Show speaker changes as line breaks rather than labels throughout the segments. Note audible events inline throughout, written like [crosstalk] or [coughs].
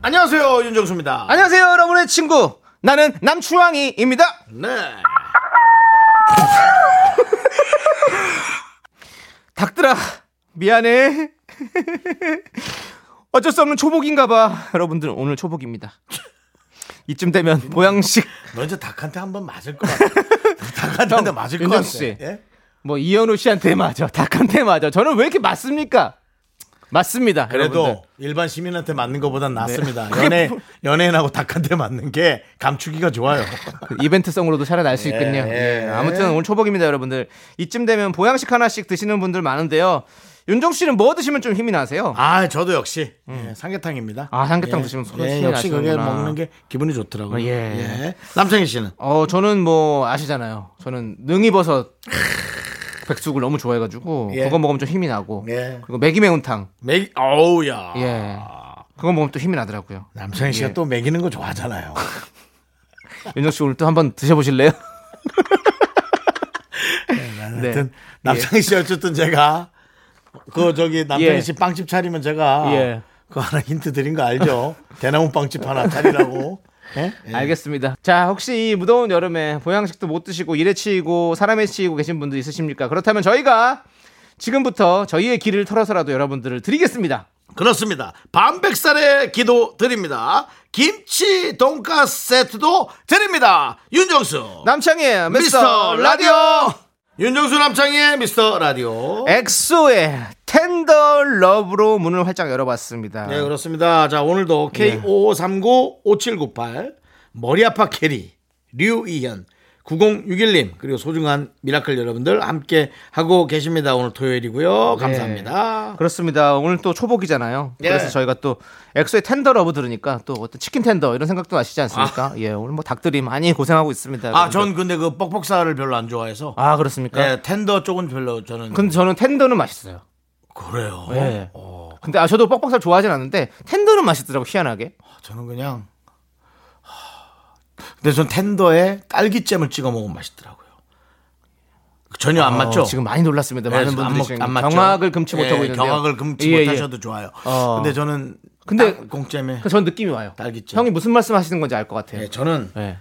안녕하세요 윤정수입니다.
아. 안녕하세요, 여러분의 친구. 나는 남추왕이입니다.
네.
[laughs] 닭들아, 미안해. [laughs] 어쩔 수 없는 초복인가봐. 여러분들 오늘 초복입니다. 이쯤 되면 보양식,
먼저 닭한테 한 번 맞을 것 같아.
[laughs]
닭한테 한 대
형,
맞을 것 같아.
윤정수 씨.
예?
뭐 이현우 씨한테 맞아, 닭한테 맞아. 저는 왜 이렇게 맞습니까? 맞습니다.
그래도
여러분들.
일반 시민한테 맞는 것보단 낫습니다.
네.
연애
뭐-
연예인하고 닭한테 맞는 게 감추기가 좋아요.
그 이벤트성으로도 살아날 수 있군요.
예,
예,
예.
아무튼 오늘 초복입니다, 여러분들. 이쯤 되면 보양식 하나씩 드시는 분들 많은데요. 윤정 씨는 뭐 드시면 좀 힘이 나세요?
아 저도 역시 예, 삼계탕입니다.
음. 아, 삼계탕
예,
드시면 손에
예,
힘이
역시 그게
나시는구나.
먹는 게 기분이 좋더라고요.
어, 예.
남창희 씨는
어, 저는 뭐 아시잖아요. 저는 능이버섯 백숙을 너무 좋아해가지고
예.
그거 먹으면 좀 힘이 나고
예.
그리고 매기 매운탕
맥 어우야.
예
아.
그거 먹으면 또 힘이 나더라고요.
남창희 씨가
예.
또 먹이는 거 좋아하잖아요.
윤정 씨 오늘 또 한번 드셔보실래요? 네.
하여튼
예.
남창희 씨 어쨌든 제가 그 저기 남창희
예.
씨 빵집 차리면 제가
예.
그 하나 힌트 드린 거 알죠? 대나무 빵집 하나 차리라고. 예? 예.
알겠습니다. 자 혹시 이 무더운 여름에 보양식도 못 드시고 일에 치이고 사람에 치이고 계신 분들 있으십니까? 그렇다면 저희가 지금부터 저희의 길을 털어서라도 여러분들을 드리겠습니다.
그렇습니다. 반백살의 기도 드립니다. 김치 돈가스 세트도 드립니다. 윤정수
남창희의
어. 미스터
미스터
라디오.
라디오
윤정수 남창희의 미스터 라디오.
엑소의 텐더 러브로 문을 활짝 열어봤습니다.
네 그렇습니다. 자 오늘도 K5539-5798 머리아파 캐리 류이현 9061님 그리고 소중한 미라클 여러분들 함께 하고 계십니다. 오늘 토요일이고요. 감사합니다.
그렇습니다. 오늘 또 초복이잖아요.
예.
그래서 저희가 또 엑소의 텐더 러브 들으니까 또 어떤 치킨 텐더 이런 생각도 나시지 않습니까? 예, 오늘 뭐 닭들이 많이 고생하고 있습니다.
아 전 근데 그 뻑뻑살을 별로 안 좋아해서
아, 그렇습니까?
네, 텐더 쪽은 별로 저는
근데 저는 텐더는 맛있어요.
그래요.
예. 근데 아 저도 뻑뻑살 좋아하진 않는데 텐더는 맛있더라고 희한하게.
저는 그냥 하, 근데 전 텐더에 딸기잼을 찍어 먹으면 맛있더라고요. 전혀 안 아, 맞죠? 예,
어, 지금 많이 놀랐습니다. 많은
안
분들이
먹-
지금
안 맞죠?
경악을 금치 못하고
예,
있는데
경악을 금치 못하셔도 좋아요.
어.
근데 저는
근데 그
딱 공짜면
전 느낌이 와요.
딸기잼.
형이 무슨 말씀하시는 건지 알 것 같아요.
예, 저는
예.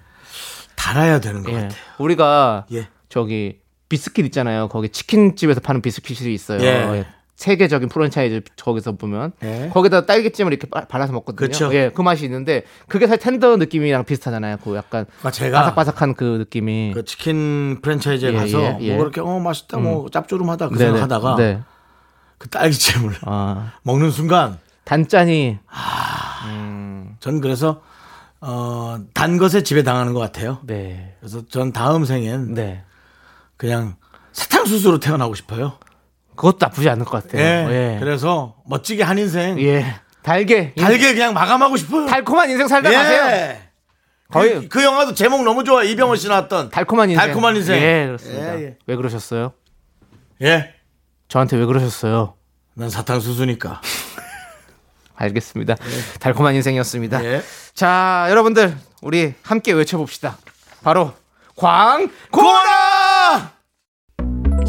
달아야 되는 것
예.
같아요.
우리가
예.
저기 비스킷 있잖아요. 거기 치킨집에서 파는 비스킷이 있어요.
예.
예. 세계적인 프랜차이즈 저기서 보면
예.
거기다 딸기찜을 이렇게 바- 발라서 먹거든요.
그쵸.
예, 그 맛이 있는데 그게 사실 텐더 느낌이랑 비슷하잖아요. 그 약간
아, 제가
바삭바삭한 그 느낌이.
그 치킨 프랜차이즈에
예,
가서
예, 예.
뭐 그렇게 어 맛있다 뭐 짭조름하다 그
네네.
생각하다가
네.
그 딸기잼을
아,
[laughs] 먹는 순간
단짠이
전 그래서 어, 단 것에 지배당하는 것 같아요.
네.
그래서 전 다음 생엔
네.
그냥 사탕수수로 태어나고 싶어요.
그것도 나쁘지 않을 것 같아요.
예.
예.
그래서 멋지게 한 인생
예. 달게.
달게 그냥 마감하고 싶어요.
달콤한 인생 살다 가세요.
예.
거의
그, 그 영화도 제목 너무 좋아. 이병헌 씨 나왔던
달콤한 인생.
달콤한 인생.
예, 그렇습니다.
예, 예.
왜 그러셨어요?
예.
저한테 왜 그러셨어요?
난 사탕수수니까.
알겠습니다. 달콤한 인생이었습니다.
예.
자, 여러분들 우리 함께 외쳐봅시다. 바로 광고라.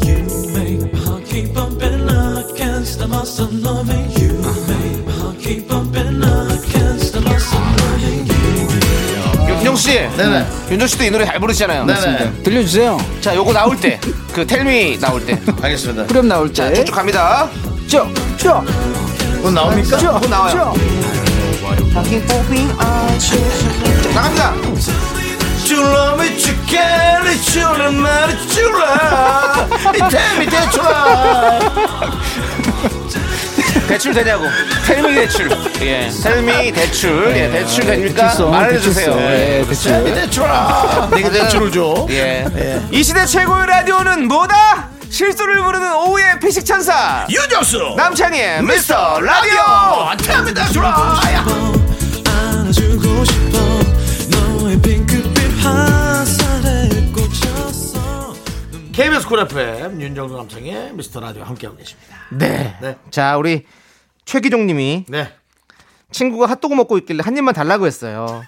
You make my heart keep bumping, I can't stop myself loving you. Make my heart keep bumping, I can't stop myself loving you.
윤정 씨, 네네. 윤정 씨도 이 노래 잘 부르시잖아요.
네네.
들려주세요.
자, 요거 나올 때, 그 텔미 나올 때,
알겠습니다.
그럼 나올 때.
쭉쭉 갑니다.
쭉, 쭉,
그건 나옵니까?
쭉 나와요.
쭉.
쭉 나갑니다.
줄라 미치겠니 줄라 말이 줄라 이태미 대출라
대출 되냐고. 텔미 대출. 예. 텔미 대출. 예. 대출 됩니까? 말해주세요. 예. 네,
예, 대출.
이태미 대출라 내가 대출을 줘
예. 이 시대 최고의 라디오는 뭐다? 실수를 부르는 오후의 피식 천사
유정수
남창희 미스터 라디오.
이태미 대출라
안아주고
KBS 쿨 FM 윤정수 남성의 미스터 라디오 함께하고 계십니다.
네.
네.
자, 우리 최기종님이
네.
친구가 핫도그 먹고 있길래 한 입만 달라고 했어요.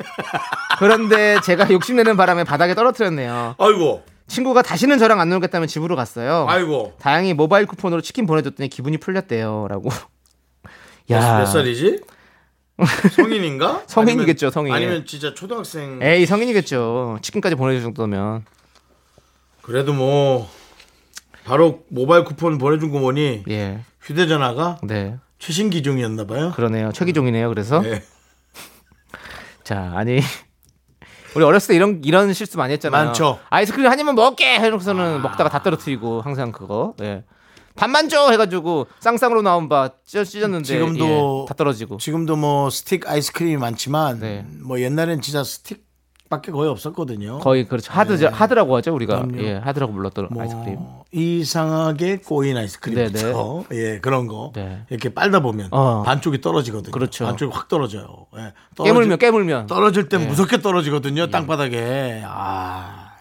그런데 제가 욕심내는 바람에 바닥에 떨어뜨렸네요.
아이고,
친구가 다시는 저랑 안 놀겠다면 집으로 갔어요.
아이고.
다행히 모바일 쿠폰으로 치킨 보내줬더니 기분이 풀렸대요라고.
몇,
야,
몇
[laughs]
살이지? 성인인가?
성인이겠죠,
아니면-
성인.
아니면 진짜 초등학생.
에이 성인이겠죠. 치킨까지 보내줄 정도면.
그래도 뭐 바로 모바일 쿠폰 보내준 거 보니
예,
휴대전화가
네,
최신 기종이었나 봐요.
그러네요. 최기종이네요. 그래서
네.
자, 아니 [laughs] 우리 어렸을 때 이런 이런 실수 많이 했잖아요.
많죠. 아.
아이스크림 한 입만 먹게 해놓고서는 먹다가 다 떨어뜨리고 항상 그거. 예. 반만 줘 해가지고 쌍쌍으로 나온 바 찢- 찢었는데
지금도-
예, 다 떨어지고.
지금도 뭐 스틱 아이스크림이 많지만
네.
뭐 옛날엔 진짜 스틱밖에 거의 없었거든요.
거의 그렇죠. 하드 하드라고 하죠 우리가.
네. 그럼요.
예, 하드라고 불렀던
뭐
아이스크림.
이상하게 꼬인
네,
아이스크림이죠. 예, 그런 거
네.
이렇게 빨다 보면
어.
반쪽이 떨어지거든요.
그렇죠.
반쪽이 확 떨어져요. 예. 떨어질-
깨물면 깨물면
떨어질
네.
땐 무섭게 떨어지거든요. 땅바닥에. 아,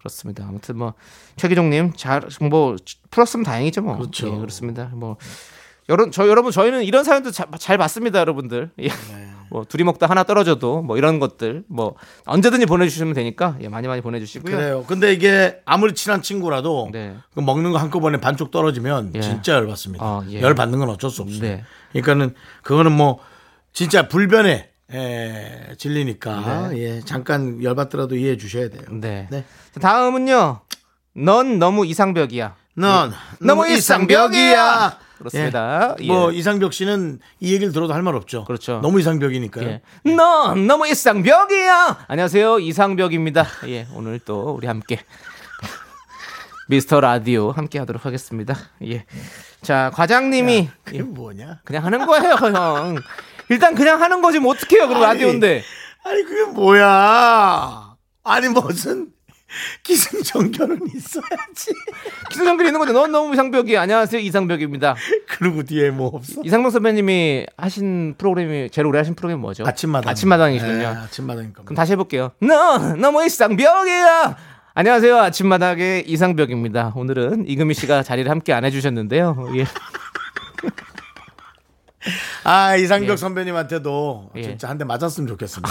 그렇습니다. 아무튼 뭐 최기종님 잘 뭐 풀었으면 다행이죠 뭐.
그렇죠.
예, 그렇습니다. 뭐 여러 저 여러분 저희는 이런 사연도 자- 잘 봤습니다, 여러분들. 예. [laughs] 뭐 둘이 먹다 하나 떨어져도 뭐 이런 것들 뭐 언제든지 보내주시면 되니까 예, 많이 많이 보내주시고요.
그래요. 근데 이게 아무리 친한 친구라도
네.
그 먹는 거 한꺼번에 반쪽 떨어지면
예.
진짜 열받습니다.
아, 예.
열받는 건 어쩔 수 없어요.
네.
그러니까는 그거는 뭐 진짜 불변에 에, 질리니까 예, 잠깐 열받더라도 이해해 주셔야 돼요.
네.
네.
자, 다음은요. 넌 너무 이상벽이야.
넌
너무
너무
이상벽이야.
이상벽이야.
그렇습니다.
예. 뭐
예.
이상벽 씨는 이 얘기를 들어도 할 말 없죠.
그렇죠.
너무 이상벽이니까요.
예. 넌 너무 이상벽이야. 안녕하세요. 이상벽입니다. 예. 오늘 또 우리 함께 [laughs] 미스터 라디오 함께 하도록 하겠습니다. 예. 자, 과장님이
그게 뭐냐?
그냥 하는 거예요, 형. 일단 그냥 하는 거지 뭐 어떡해요. 그럼
아니.
라디오인데.
아니 그게 뭐야? 아니 무슨 기승전결은 있어야지.
기승전결이 있는 건데 넌 너무 이상벽이야. 안녕하세요. 이상벽입니다.
그러고 뒤에 뭐 없어?
이상벽 선배님이 하신 프로그램이 제일 오래 하신 프로그램이 뭐죠?
아침마당.
아침마당이시군요.
예, 아침마당일 겁니다.
그럼 다시 해볼게요. 너 너무 이상벽이야. 안녕하세요. 아침마당의 이상벽입니다. 오늘은 이금희 씨가 자리를 함께 안 해주셨는데요. 예.
아 이상벽 선배님한테도
예. 아,
진짜 한 대 맞았으면 좋겠습니다.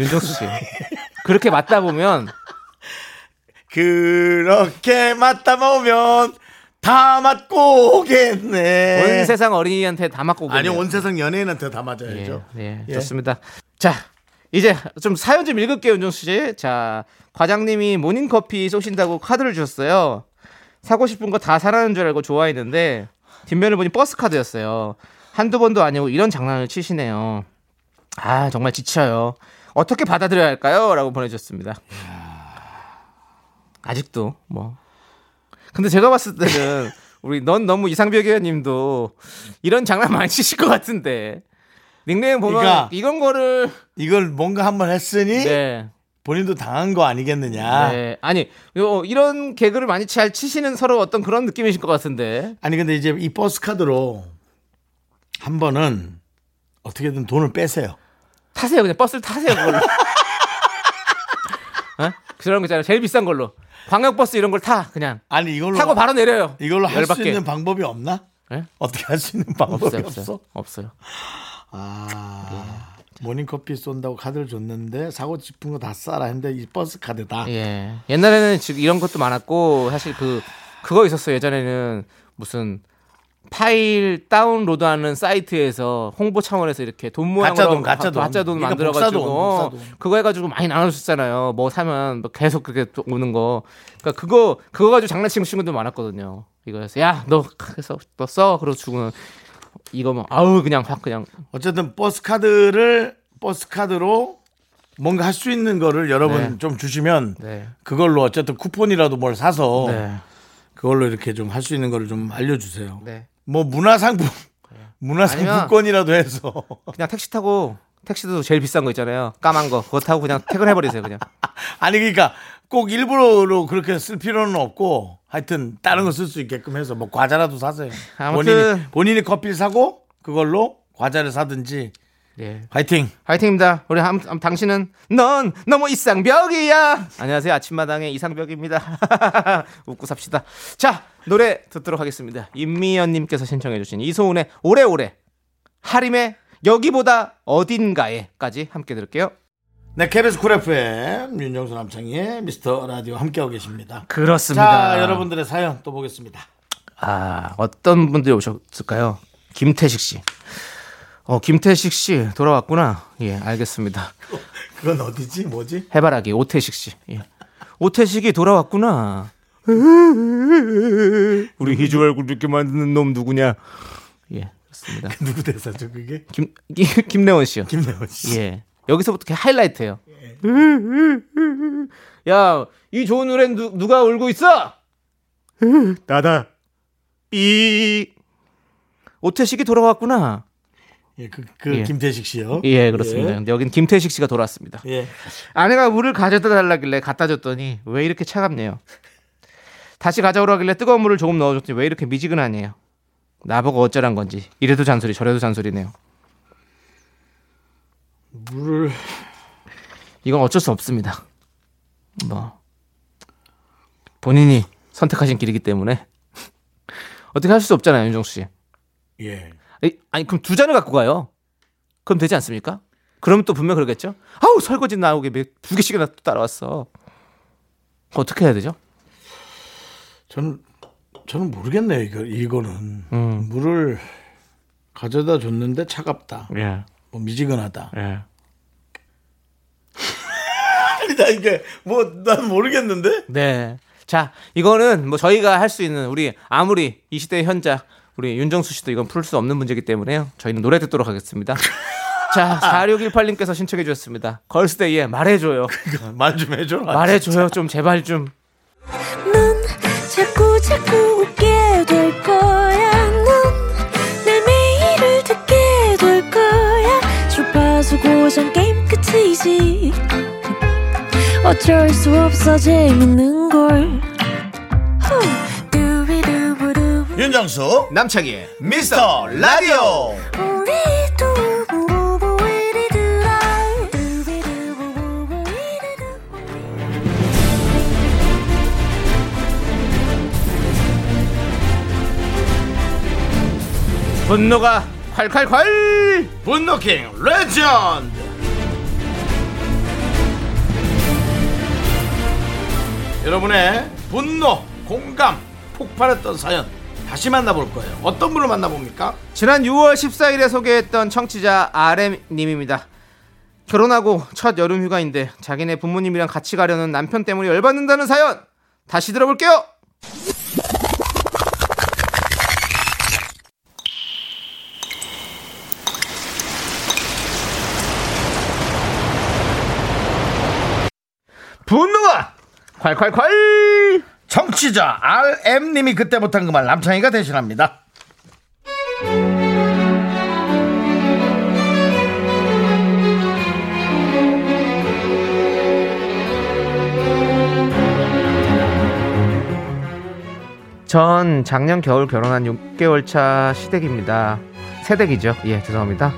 윤정수 씨. 그렇게 맞다 보면
그렇게 맞다 보면 다 맞고 오겠네.
온 세상 어린이한테 다 맞고
아니
오겠네요.
온 세상 연예인한테 다 맞아야죠.
예, 예,
예.
좋습니다. 자, 이제 좀 사연 좀 읽을게요, 윤정수 씨. 자, 과장님이 모닝커피 쏘신다고 카드를 주셨어요. 사고 싶은 거 다 사라는 줄 알고 좋아했는데 뒷면을 보니 버스 카드였어요. 한두 번도 아니고 이런 장난을 치시네요. 아, 정말 지쳐요. 어떻게 받아들여야 할까요? 라고 보내주셨습니다. 아직도 뭐. 근데 제가
[laughs]
봤을 때는 우리 넌 너무 이상벽 의원님도 이런 장난 많이 치실 것 같은데 닉네임 보면
그러니까
이건 거를
이걸 뭔가 한번 했으니
네,
본인도 당한 거 아니겠느냐.
네. 아니 요, 이런 개그를 많이 잘 치시는 서로 어떤 그런 느낌이실 것 같은데
아니 근데 이제 이 버스 카드로 한 번은 어떻게든 돈을 빼세요.
타세요 그냥 버스를
[laughs]
타세요 그걸로 어? 그런 거 있잖아요 제일 비싼 걸로 광역버스 이런 걸 타 그냥
아니 이걸로
타고 바로 내려요
이걸로 할 수
열받게.
있는 방법이 없나?
예?
어떻게 할 수 있는 방법이
없어요
없어?
없어요 없어요
아
예.
모닝커피 쏜다고 카드를 줬는데 사고 싶은 거 다 싸라 했는데 이 버스 카드다.
예. 옛날에는 지금 이런 것도 많았고 사실 그 그거 있었어요. 예전에는 무슨 파일 다운로드하는 사이트에서 홍보 차원에서 이렇게 돈 모양으로
가짜 돈,
가-
가짜 돈.
가짜 돈
그러니까
만들어 가지고
복사 돈, 복사 돈.
그거 해 가지고 많이 나눠 줬잖아요. 뭐 사면 뭐 계속 그렇게 또 오는 거. 그러니까 그거 그거 가지고 장난치는 친구도 많았거든요. 이거에서 야, 너 그래서 너써 그러고 주고는 이거 뭐 아우 그냥 확 그냥
어쨌든 버스 카드를 버스 카드로 뭔가 할 수 있는 거를 여러분
네.
좀 주시면
네.
그걸로 어쨌든 쿠폰이라도 뭘 사서
네.
그걸로 이렇게 좀 할 수 있는 거를 좀 알려주세요.
네.
뭐 문화상품 문화상품권이라도
[laughs]
해서
그냥 택시 타고 택시도 제일 비싼 거 있잖아요. 까만 거. 그거 타고 그냥 퇴근해 버리세요, [laughs] 그냥.
아니 그러니까 꼭 일부러 그렇게 쓸 필요는 없고 하여튼 다른 거 쓸 수 있게끔 해서 뭐 과자라도 사세요.
아무튼.
본인이 본인이 커피를 사고 그걸로 과자를 사든지
네.
화이팅.
화이팅입니다. 우리 함, 함- 당신은 넌 너무 이상벽이야. 안녕하세요. 아침마당의 이상벽입니다. [laughs] 웃고 삽시다. 자 노래 듣도록 하겠습니다. 임미연님께서 신청해주신 이소은의 오래오래 하림의 여기보다 어딘가에까지 함께 들을게요.
네, KBS 쿨 FM 윤정수 남창희의 미스터 라디오 함께하고 계십니다.
그렇습니다.
자, 여러분들의 사연 또 보겠습니다.
아 어떤 분들이 오셨을까요? 김태식 씨. 어 김태식 씨 돌아왔구나. 예 알겠습니다.
그건 어디지? 뭐지?
해바라기 오태식 씨. 예. 오태식이 돌아왔구나. 우리 희주 얼굴 이렇게 만드는 놈 누구냐? 예, 그렇습니다.
누구 대사죠, 그게?
김, 김 김래원 씨요.
김래원 씨.
예. 여기서부터 이렇게 하이라이트예요. 야, 이 좋은 노래 누, 누가 울고 있어?
나다.
삐. 오태식이 돌아왔구나.
예, 그, 그
예.
김태식 씨요.
예, 그렇습니다. 근데 여긴 김태식 씨가 돌아왔습니다.
예. 예.
아내가 물을 가져다 달라길래 갖다 줬더니 왜 이렇게 차갑네요. 다시 가져오라길래 뜨거운 물을 조금 넣어줬더니 왜 이렇게 미지근하네요. 나보고 어쩌란 건지 이래도 잔소리 저래도 잔소리네요.
물을
이건 어쩔 수 없습니다. 뭐 본인이 선택하신 길이기 때문에 어떻게 할 수 없잖아요, 윤정수 씨.
예.
에이, 아니 그럼 두 잔을 갖고 가요. 그럼 되지 않습니까? 그럼 또 분명 그러겠죠. 아우 설거지 나오게 몇- 두 개씩이나 또 따라왔어. 어떻게 해야 되죠?
저는 저는 모르겠네요. 이거 이거는 물을 가져다 줬는데 차갑다.
예,
뭐 미지근하다.
예.
아니 [laughs] 나 이게 뭐 난 모르겠는데.
네. 자, 이거는 뭐 저희가 할 수 있는 우리 아무리 이 시대의 현자 우리 윤정수 씨도 이건 풀 수 없는 문제이기 때문에요. 저희는 노래 듣도록 하겠습니다. 자, 4618님께서 신청해 주셨습니다. 걸스데이에 말해줘요.
[laughs] 말 좀 해줘.
말해줘요. 좀 제발 좀.
넌 자꾸 자꾸 웃게 될 거야. 넌내 매일을 듣게 될 거야. 주파수 고정 게임 끝이지. 어쩔 수 없어 재밌는 걸. 후. 두비두부두.
윤정수
남창희의
미스터 라디오.
우리 두부부부 우리 두라. 두비두부부부 우리 두라.
분노가 콸콸콸!
분노킹 레전드. 여러분의 분노, 공감, 폭발했던 사연 다시 만나볼 거예요. 어떤 분을 만나봅니까?
지난 6월 14일에 소개했던 청취자 RM님입니다. 결혼하고 첫 여름 휴가인데 자기네 부모님이랑 같이 가려는 남편 때문에 열받는다는 사연 다시 들어볼게요. 분노가 콸콸콸
정치자 RM님이 그때 못한 그 말 남창희가 대신합니다.
전 작년 겨울 결혼한 6개월 차 시댁입니다. 새댁이죠. 예, 죄송합니다.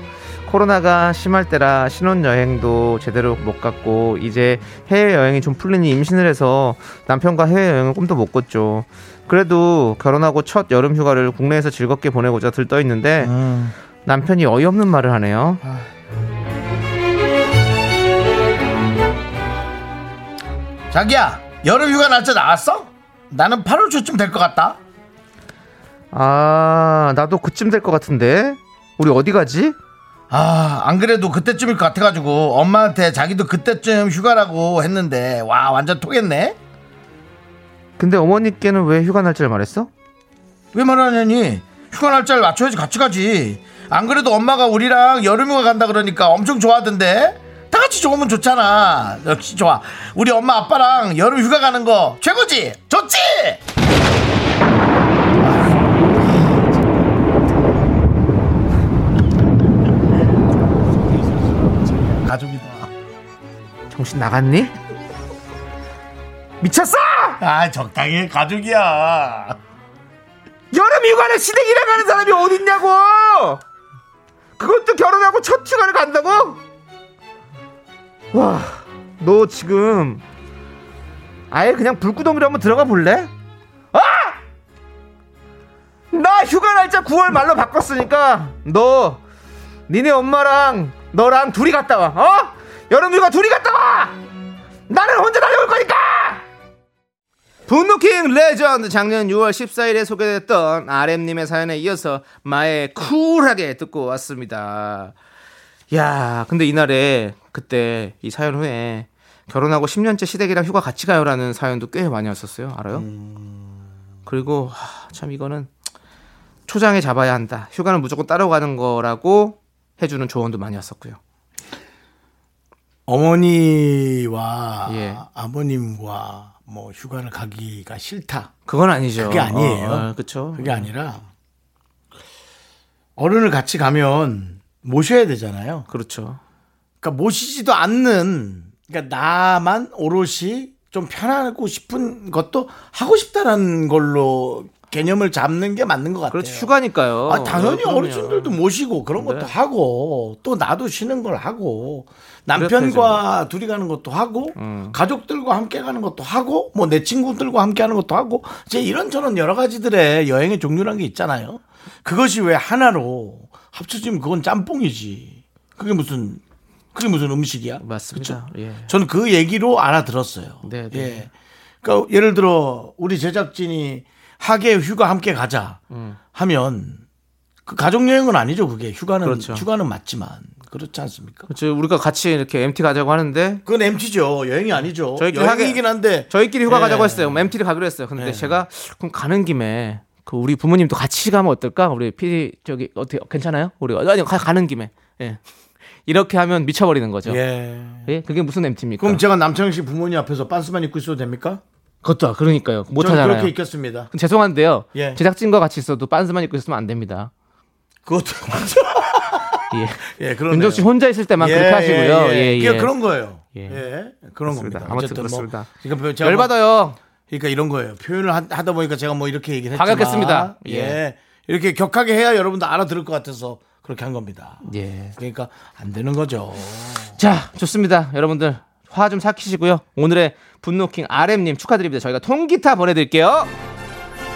코로나가 심할 때라 신혼여행도 제대로 못 갔고 이제 해외여행이 좀 풀리니 임신을 해서 남편과 해외여행을 꿈도 못 꿨죠. 그래도 결혼하고 첫 여름 휴가를 국내에서 즐겁게 보내고자 들떠 있는데 남편이 어이없는 말을 하네요.
자기야 여름 휴가 날짜 나왔어? 나는 8월 초쯤 될 것 같다.
아, 나도 그쯤 될 것 같은데. 우리 어디 가지?
아 안 그래도 그때쯤일 것 같아가지고 엄마한테 자기도 그때쯤 휴가라고 했는데 와 완전 통했네.
근데 어머니께는 왜 휴가 날짜를 말했어?
왜 말하냐니 휴가 날짜를 맞춰야지 같이 가지. 안 그래도 엄마가 우리랑 여름 휴가 간다 그러니까 엄청 좋아하던데. 다 같이 좋으면 좋잖아. 역시 좋아. 우리 엄마 아빠랑 여름 휴가 가는 거 최고지. 좋지. 가족이다.
정신 나갔니? 미쳤어!
아 적당히 해. 가족이야.
여름 휴가를 시댁이라 가는 사람이 어딨냐고! 그것도 결혼하고 첫 휴가를 간다고? 와, 너 지금 아예 그냥 불구덩이로 한번 들어가 볼래? 아! 나 휴가 날짜 9월 말로 바꿨으니까 너 니네 엄마랑 너랑 둘이 갔다 와. 어? 여름 휴가 둘이 갔다 와. 나는 혼자 다녀올 거니까. 분노킹 레전드 작년 6월 14일에 소개됐던 RM님의 사연에 이어서 마의 쿨하게 듣고 왔습니다. 야, 근데 이날에 그때 이 사연 후에 결혼하고 10년째 시댁이랑 휴가 같이 가요라는 사연도 꽤 많이 왔었어요. 알아요?
음.
그리고 하, 참 이거는 초장에 잡아야 한다. 휴가는 무조건 따라가는 거라고 해주는 조언도 많이 왔었고요.
어머니와
예.
아버님과 뭐 휴가를 가기가 싫다.
그건 아니죠.
그게 아니에요.
어, 그렇죠.
그게 아니라 어른을 같이 가면 모셔야 되잖아요.
그렇죠.
그러니까 모시지도 않는 그러니까 나만 오롯이 좀 편하고 싶은 것도 하고 싶다라는 걸로 개념을 잡는 게 맞는 것 같아요.
그렇죠. 휴가니까요. 네,
아, 당연히
그럼요.
어르신들도 모시고 그런 것도
네.
하고 또 나도 쉬는 걸 하고 남편과
그렇다죠. 뭐. 음.
둘이 가는 것도 하고 가족들과 함께 가는 것도 하고 뭐 내 친구들과 함께 하는 것도 하고 이제 이런저런 여러 가지들의 여행의 종류란 게 있잖아요. 그것이 왜 하나로 합쳐지면 그건 짬뽕이지. 그게 무슨 그게 무슨 음식이야?
맞습니다.
그쵸?
예.
저는 그 얘기로 알아들었어요.
네, 네.
예. 그러니까 예를 들어 우리 제작진이 하계 휴가 함께 가자
음.
하면 그 가족 여행은 아니죠 그게 휴가는
그렇죠.
휴가는 맞지만 그렇지 않습니까?
그렇죠. 우리가 같이 이렇게 MT 가자고 하는데
그건 MT죠 여행이 아니죠
네. 저희끼리
여행이긴
하게-
한데
저희끼리 휴가
예.
가자고 했어요. 뭐 MT를 가기로 했어요.
네.
근데 제가 그럼 가는 김에 그 우리 부모님도 같이 가면 어떨까? 우리 PD 저기 어떻게 괜찮아요? 우리 아니 가, 가는 김에 예. 이렇게 하면 미쳐버리는 거죠. 예.
예
그게 무슨 MT입니까?
그럼 제가 남창희 씨 부모님 앞에서 빤스만 입고 있어도 됩니까?
그것도 그러니까요. 못
저는
하잖아요.
그렇게 있겠습니다.
죄송한데요.
예.
제작진과 같이 있어도 빤스만 입고 있으면 안 됩니다.
그것도
[laughs] 예.
예 그런
윤정 씨 혼자 있을 때만 그렇게 하시고요. 예, 예.
그런 거예요. 예,
예.
그런
그렇습니다.
겁니다.
아무튼
어쨌든
그렇습니다.
뭐, 그러니까 제가 뭐-
열받아요.
그러니까 이런 거예요. 표현을 하- 하다 보니까 제가 뭐 이렇게 얘기를 했지만
과격했습니다.
예.
예.
이렇게 격하게 해야 여러분도 알아들을 것 같아서 그렇게 한 겁니다.
예.
그러니까 안 되는 거죠.
자, 좋습니다. 여러분들 화 좀 삭히시고요. 오늘의 분노킹 RM님 축하드립니다. 저희가 통기타 보내드릴게요.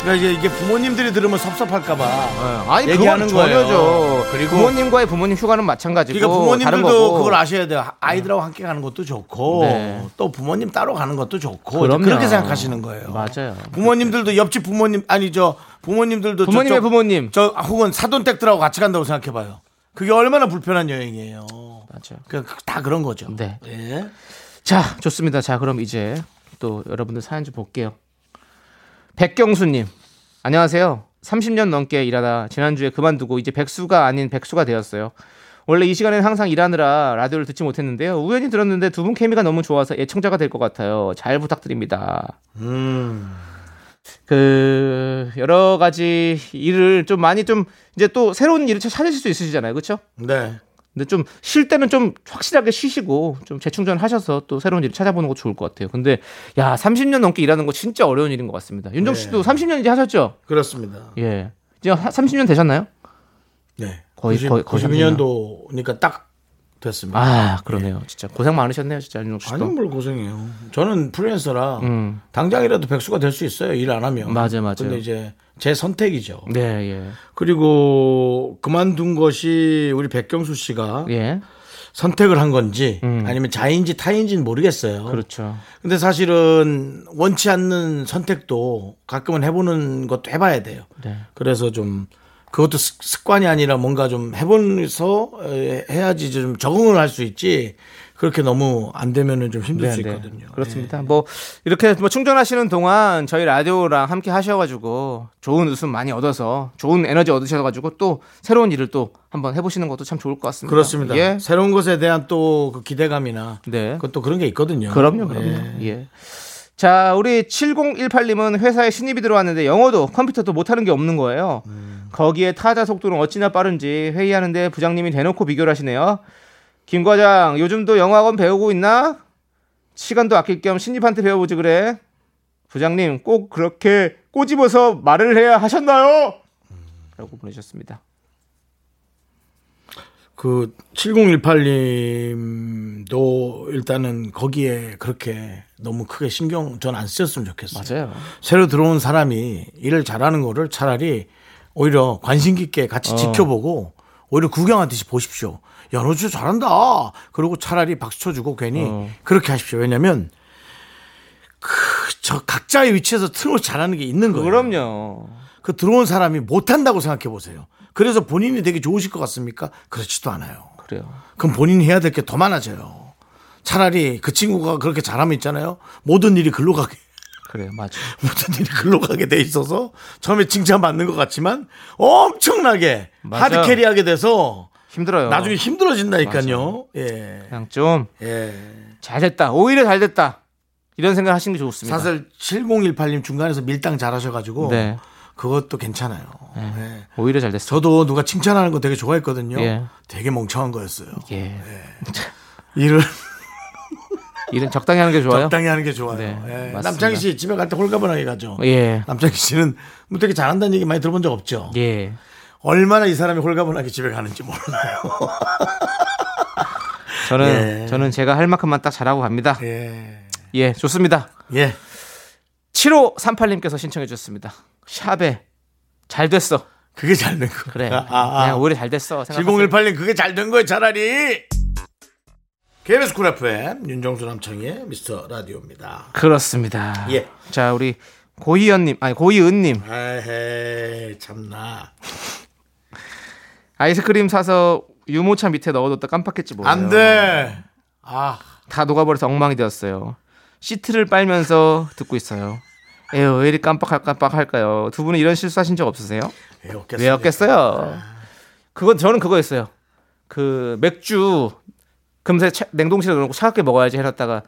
그러니까 이제 이게 부모님들이 들으면 섭섭할까봐.
네, 아니
얘기하는
그건
거예요.
전혀죠.
그리고-
그리고 부모님과의 부모님 휴가는 마찬가지고
그러니까
다른 거고.
부모님들도 그걸 아셔야 돼요. 아이들하고 함께 가는 것도 좋고
네.
또 부모님 따로 가는 것도 좋고
그럼요.
그렇게 생각하시는 거예요.
맞아요.
부모님들도 옆집 부모님 아니 저 부모님들도
부모님의
저쪽-
부모님.
저 혹은 사돈댁들하고 같이 간다고 생각해봐요. 그게 얼마나 불편한 여행이에요.
맞아요.
그러니까 다 그런 거죠.
네.
예.
자, 좋습니다. 자, 그럼 이제 또 여러분들 사연 좀 볼게요. 백경수님, 안녕하세요. 30년 넘게 일하다 지난주에 그만두고 이제 백수가 아닌 백수가 되었어요. 원래 이 시간에는 항상 일하느라 라디오를 듣지 못했는데요. 우연히 들었는데 두 분 케미가 너무 좋아서 애청자가 될 것 같아요. 잘 부탁드립니다.
음,
그 여러 가지 일을 좀 많이 좀 이제 또 새로운 일을 찾으실 수 있으시잖아요, 그렇죠?
네.
근데 좀 쉴 때는 좀 확실하게 쉬시고 좀 재충전하셔서 또 새로운 일 찾아보는 거 좋을 것 같아요. 근데 야 30년 넘게 일하는 거 진짜 어려운 일인 것 같습니다. 윤정
네.
씨도 30년 이제 하셨죠?
그렇습니다.
예. 이제 하- 30년 되셨나요?
네.
거의- 거의- 거의
92년도니까 딱 됐습니다.
아 그러네요. 진짜 고생 많으셨네요, 진짜
예.
윤정
아, 니
씨도.
뭘 고생해요. 저는 프리랜서라 당장이라도 백수가 될 수 있어요. 일 안 하면.
맞아요, 맞아요.
근데 이제 제 선택이죠.
네, 예,
그리고 그만둔 것이 우리 백경수 씨가
예, 음.
선택을 한 건지 아니면 자인지 타인지는 모르겠어요.
그렇죠.
근데 사실은 원치 않는 선택도 가끔은 해보는 것도 해봐야 돼요.
네.
그래서 좀 그것도 습- 습관이 아니라 뭔가 좀 해보면서 에, 해야지 이제 좀 적응을 할 수 있지 그렇게 너무 안 되면은 좀 힘들 수
네, 네.
있거든요. 예.
그렇습니다. 뭐 이렇게 뭐 충전하시는 동안 저희 라디오랑 함께 하셔가지고 좋은 웃음 많이 얻어서 좋은 에너지 얻으셔가지고 또 새로운 일을 또 한번 해보시는 것도 참 좋을 것 같습니다.
그렇습니다.
예.
새로운 것에 대한 또 그 기대감이나
네.
그것도 그런 게 있거든요.
그럼요, 그럼요.
예.
예. 자, 우리 7018님은 회사에 신입이 들어왔는데 영어도 컴퓨터도 못하는 게 없는 거예요. 거기에 타자 속도는 어찌나 빠른지 회의하는데 부장님이 대놓고 비교를 하시네요. 김 과장, 요즘도 영어학원 배우고 있나? 시간도 아낄 겸 신입한테 배워보지 그래. 부장님, 꼭 그렇게 꼬집어서 말을 해야 하셨나요? 라고 보내셨습니다.
그 7018님도 일단은 거기에 그렇게 너무 크게 신경 전 안 쓰셨으면 좋겠어요.
맞아요.
새로 들어온 사람이 일을 잘하는 거를 차라리 오히려 관심 깊게
어.
같이 지켜보고 오히려 구경하듯이 보십시오. 야, 너 진짜 잘한다. 그리고 차라리 박수 쳐주고 괜히
어.
그렇게 하십시오. 왜냐면 그, 저 각자의 위치에서 틀고 잘하는 게 있는 거예요.
그럼요.
그 들어온 사람이 못한다고 생각해 보세요. 그래서 본인이 되게 좋으실 것 같습니까? 그렇지도 않아요.
그래요.
그럼 본인이 해야 될 게 더 많아져요. 차라리 그 친구가 그렇게 잘하면 있잖아요. 모든 일이 글로 가게.
그래요. 맞아.
모든 일이 글로 가게 돼 있어서 처음에 칭찬받는 것 같지만 엄청나게
맞아요.
하드캐리하게 돼서
힘들어요.
나중에 힘들어진다니까요. 예.
그냥 좀
예.
잘됐다. 오히려 잘됐다. 이런 생각 하시는 게 좋습니다.
사실 7018님 중간에서 밀당 잘하셔가지고
네.
그것도 괜찮아요. 예.
오히려 잘됐어.
저도 누가 칭찬하는 거 되게 좋아했거든요.
예.
되게 멍청한 거였어요.
예. [laughs]
일을
일은 적당히 하는 게 좋아요.
적당히 하는 게 좋아요.
네,
예.
맞습니다.
남창희 씨 집에 갈 때 홀가분하게 가죠.
예.
남창희 씨는 뭐 되게 잘한다는 얘기 많이 들어본 적 없죠.
예.
얼마나 이 사람이 홀가분하게 집에 가는지 몰라요.
저는
예.
저는 제가 할 만큼만 딱 잘하고 갑니다. 예,
예.
좋습니다.
예.
7538님께서 신청해 주셨습니다. 샵에 잘 됐어.
그게 잘 된 거.
그래.
아, 아,
그냥
아.
오히려 잘 됐어. 생각하세요.
7018님 그게 잘 된 거예요, 차라리. KBS 쿨 FM 윤정수 남창희의 미스터 라디오입니다.
그렇습니다.
예.
자, 우리 고희연님, 아니 고희은님
에헤이 참나.
아이스크림 사서 유모차 밑에 넣어뒀다 깜빡했지 뭐예요.
안 돼. 아.
다 녹아버려서 엉망이 되었어요. 시트를 빨면서 듣고 있어요. 에휴, 왜 이리 깜빡할 깜빡할까요? 두 분은 이런 실수하신 적 없으세요?
왜 없겠어요?
왜
아.
없겠어요? 그건 저는 그거였어요. 그 맥주 금세 차- 냉동실에 넣어놓고 차갑게 먹어야지 해놨다가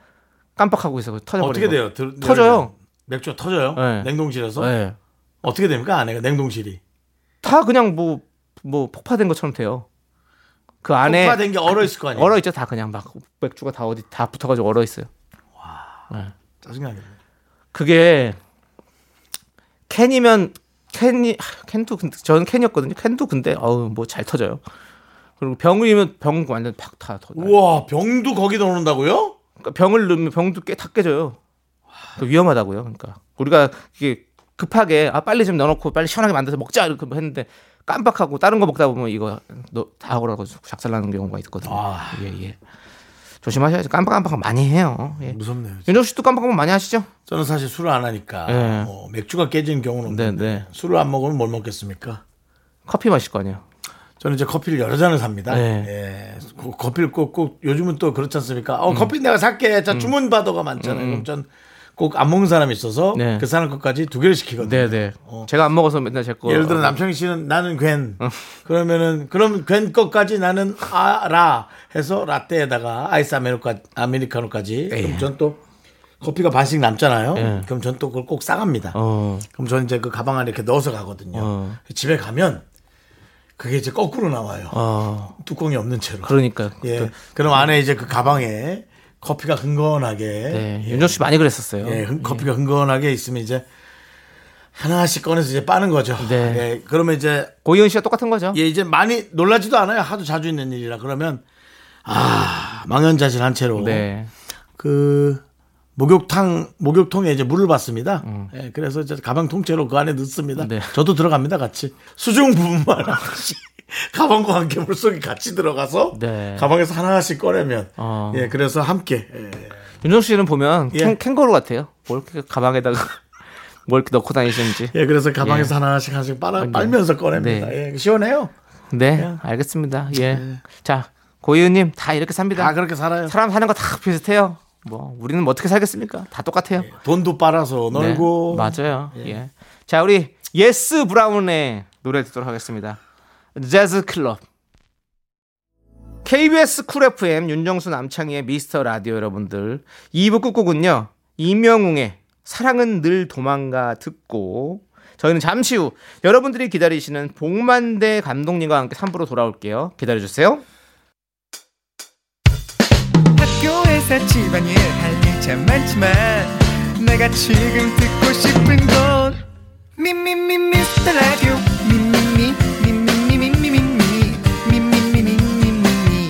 깜빡하고 있어. 그 터져버리고.
어떻게 돼요? 들-
터져요.
맥주가 터져요?
네.
냉동실에서?
네.
어떻게 됩니까? 아내가 냉동실이.
다 그냥 뭐, 뭐 폭파된 것처럼 돼요. 그 안에
폭파된 게 얼어 있을 거 아니에요?
얼어 있죠. 다 그냥 막 맥주가 다 어디 다 붙어가지고 얼어 있어요.
짜증나겠네.
그게 캔이면 캔이 하, 캔도 근데 저는 캔이었거든요. 캔도 근데 어우 뭐 잘 터져요. 그리고 병이면 병 완전 팍다 터.
우와 병도 거기다 놓는다고요?
그러니까 병을 넣으면 병도 깨, 다 깨져요. 그 위험하다고요. 그러니까 우리가 이게 급하게 아 빨리 좀 넣어놓고 빨리 시원하게 만들어서 먹자 이렇게 했는데 깜빡하고 다른 거 먹다 보면 이거 너- 다 오라가지고 작살나는 경우가 있거든요.
아.
예 예. 조심하셔야죠. 깜빡깜빡 많이 해요. 예.
무섭네요.
윤정 씨도 깜빡깜빡 많이 하시죠?
저는 사실 술을 안 하니까
네.
뭐 맥주가 깨지는 경우는
네,
없는데
네.
술을 안 먹으면 뭘 먹겠습니까?
커피 마실 거 아니에요.
저는 이제 커피를 여러 잔을 삽니다.
네.
예. 그 커피를 꼭, 꼭 요즘은 또 그렇지 않습니까?
음.
어, 커피 내가 살게. 자, 주문 받아가 많잖아요. 그럼 전 꼭 안 먹는 사람이 있어서
네.
그 사람 것까지 두 개를 시키거든요.
네네. 제가 안 먹어서 어. 맨날 제 거.
예를 들어 남창희 씨는 나는 괜. 그러면은 그럼 괜 것까지 나는 아라 해서 라떼에다가 아이스 아메리카 아메리카노까지. 그럼 전 또 커피가 반씩 남잖아요.
예.
그럼 전 또 그걸 꼭 싸갑니다.
어.
그럼 저는 이제 그 가방 안에 이렇게 넣어서 가거든요.
어.
집에 가면 그게 이제 거꾸로 나와요.
어.
뚜껑이 없는 채로.
그러니까.
예. 그럼 안에 이제 그 가방에 커피가 흥건하게
네.
예.
윤정 씨 많이 그랬었어요.
예, 흥- 커피가 흥건하게 있으면 이제 하나씩 꺼내서 이제 빠는 거죠.
네.
예, 그러면 이제
고이은 씨와 똑같은 거죠.
예, 이제 많이 놀라지도 않아요. 하도 자주 있는 일이라 그러면 아 망연자실한 채로
네.
그 목욕탕 목욕통에 이제 물을 받습니다. 예, 그래서 이제 가방 통째로 그 안에 넣습니다.
음. 네.
저도 들어갑니다 같이 수중 부분만 하나씩 [laughs] 가방과 함께 물속에 같이 들어가서
네.
가방에서 하나씩 꺼내면
어.
예 그래서 함께 예.
윤정 씨는 보면
예.
캥, 캥거루 같아요. 뭘 이렇게 가방에다가 [laughs] 뭘 이렇게 넣고 다니시는지.
예, 그래서 가방에서 하나씩 하나씩 빨아, 빨면서 꺼냅니다. 예, 시원해요.
네. 알겠습니다. 예. 자, 고이은님 다 이렇게 삽니다.
다 그렇게 살아요.
사람 사는 거 다 비슷해요. 뭐 우리는 뭐 어떻게 살겠습니까? 다 똑같아요.
돈도 빨아서
네,
놀고
맞아요. 예. 자, 우리 예스 브라운의 노래 듣도록 하겠습니다. 재즈 클럽. KBS 쿨 FM 윤정수 남창희의 미스터 라디오 여러분들 2부 끝곡은요. 이명웅의 사랑은 늘 도망가 듣고 저희는 잠시 후 여러분들이 기다리시는 복만대 감독님과 함께 3부로 돌아올게요. 기다려 주세요.
학교에서 집안일 할 일 참 많지만 내가 지금 듣고 싶은 건 미미미 미스터 라디오 미미미 미미미 미미미 미미미 미미미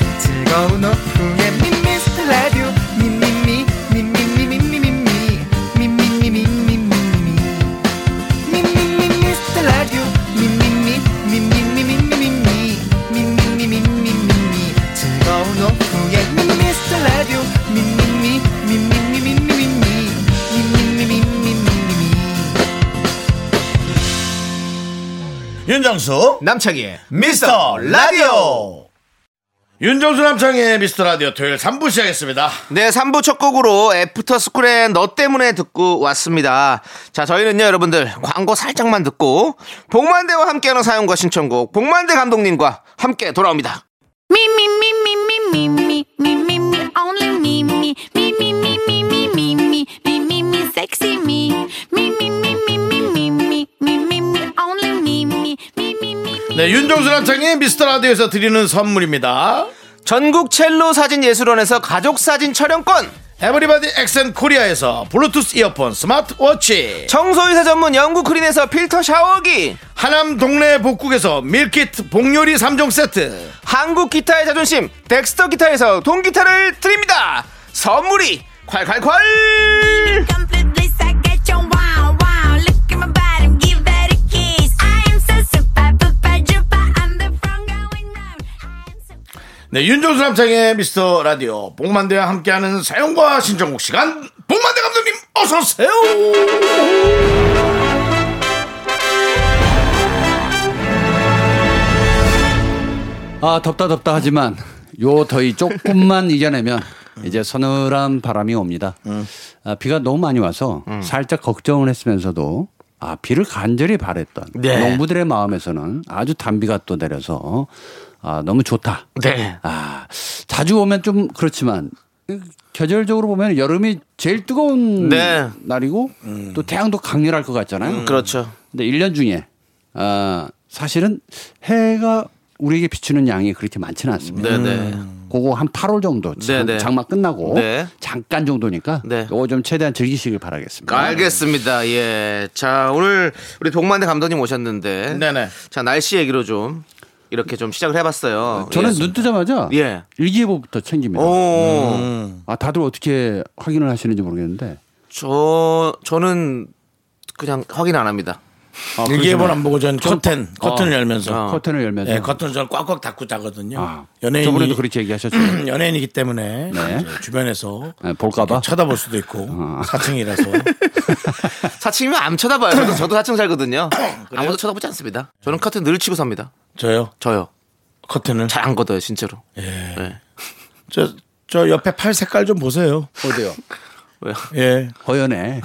윤정수
남창희의
미스터 라디오
윤정수 남창의 미스터 라디오 토요일 3부 시작했습니다.
네, 3부 첫 곡으로 애프터스쿨의 너 때문에 듣고 왔습니다. 자, 저희는요, 여러분들, 광고 살짝만 듣고, 복만대와 함께하는 사연과 신청곡, 복만대 감독님과 함께 돌아옵니다.
Me, me, me, me, me, me, me, me, me, me, only me, me, me, me, me, me, me, me, me, me, me, me, sexy me. Me, me, me, me, me, me, me, me, me, me, only me, me, me, me, me.
네, 윤정수 남창의 미스터 라디오에서 드리는 선물입니다.
전국 첼로 사진 예술원에서 가족 사진 촬영권!
에브리바디 엑센 코리아에서 블루투스 이어폰 스마트워치
청소이사 전문 영국 크린에서 필터 샤워기!
하남 동네 복국에서 밀키트 복요리 3종 세트
한국 기타의 자존심, 덱스터 기타에서 동기타를 드립니다! 선물이 콸콸콸!
Completely psycho, wow, wow. Look at my body, give that a kiss. I am so super, super, duper. I'm the front going round. I am so
네 윤종수 남창의 미스터 라디오 복만대와 함께하는 사연과 신청곡 시간 복만대 감독님 어서오세요
아 덥다 덥다 하지만 요
[laughs]
더위 조금만 이겨내면 이제 서늘한 바람이 옵니다.
음.
아, 비가 너무 많이 와서 살짝 걱정을 했으면서도 아 비를 간절히 바랬던
네.
농부들의 마음에서는 아주 단비가 또 내려서 아 너무 좋다.
네.
아 자주 오면 좀 그렇지만 계절적으로 보면 여름이 제일 뜨거운
네.
날이고 또 태양도 강렬할 것 같잖아요.
그렇죠.
근데 일 년 중에 아, 사실은 해가 우리에게 비추는 양이 그렇게 많지는 않습니다.
음. 네네.
그거 한 8월 정도 장,
네네.
장마 끝나고
네.
잠깐 정도니까
네.
요거 좀 최대한 즐기시길 바라겠습니다.
알겠습니다. 예. 자, 오늘 우리 복만대 감독님 오셨는데.
네네.
자, 날씨 얘기로 좀 이렇게 좀 시작을 해봤어요.
저는
예.
눈 뜨자마자 음.
예. 어.
일기예보부터 챙깁니다.
오,
음.
아 다들 어떻게 확인을 하시는지 모르겠는데
저, 저는 그냥 확인 안 합니다.
일기예보는 안 보고 전 커튼 커튼을 열면서
어.
커튼을 열면서
예, 커튼을 저는 꽉꽉 닫고 자거든요
아,
연예인이 음,
저번에도 그렇게 얘기하셨죠.
연예인이기 때문에
네.
이제 주변에서
네, 볼까봐. 아.
쳐다볼 수도 있고
[laughs]
사층이라서
사칭이면 안 쳐다봐요. 저도, 저도
[coughs]
사칭 살거든요. 아무도 쳐다보지 않습니다.
네.
저는 커튼 늘 치고 삽니다.
저요
저요.
커튼을
잘 안 걷어요, 진짜로.
저, 저 옆에 팔 색깔 좀 보세요.
어디요?
왜요?
예.
허연해.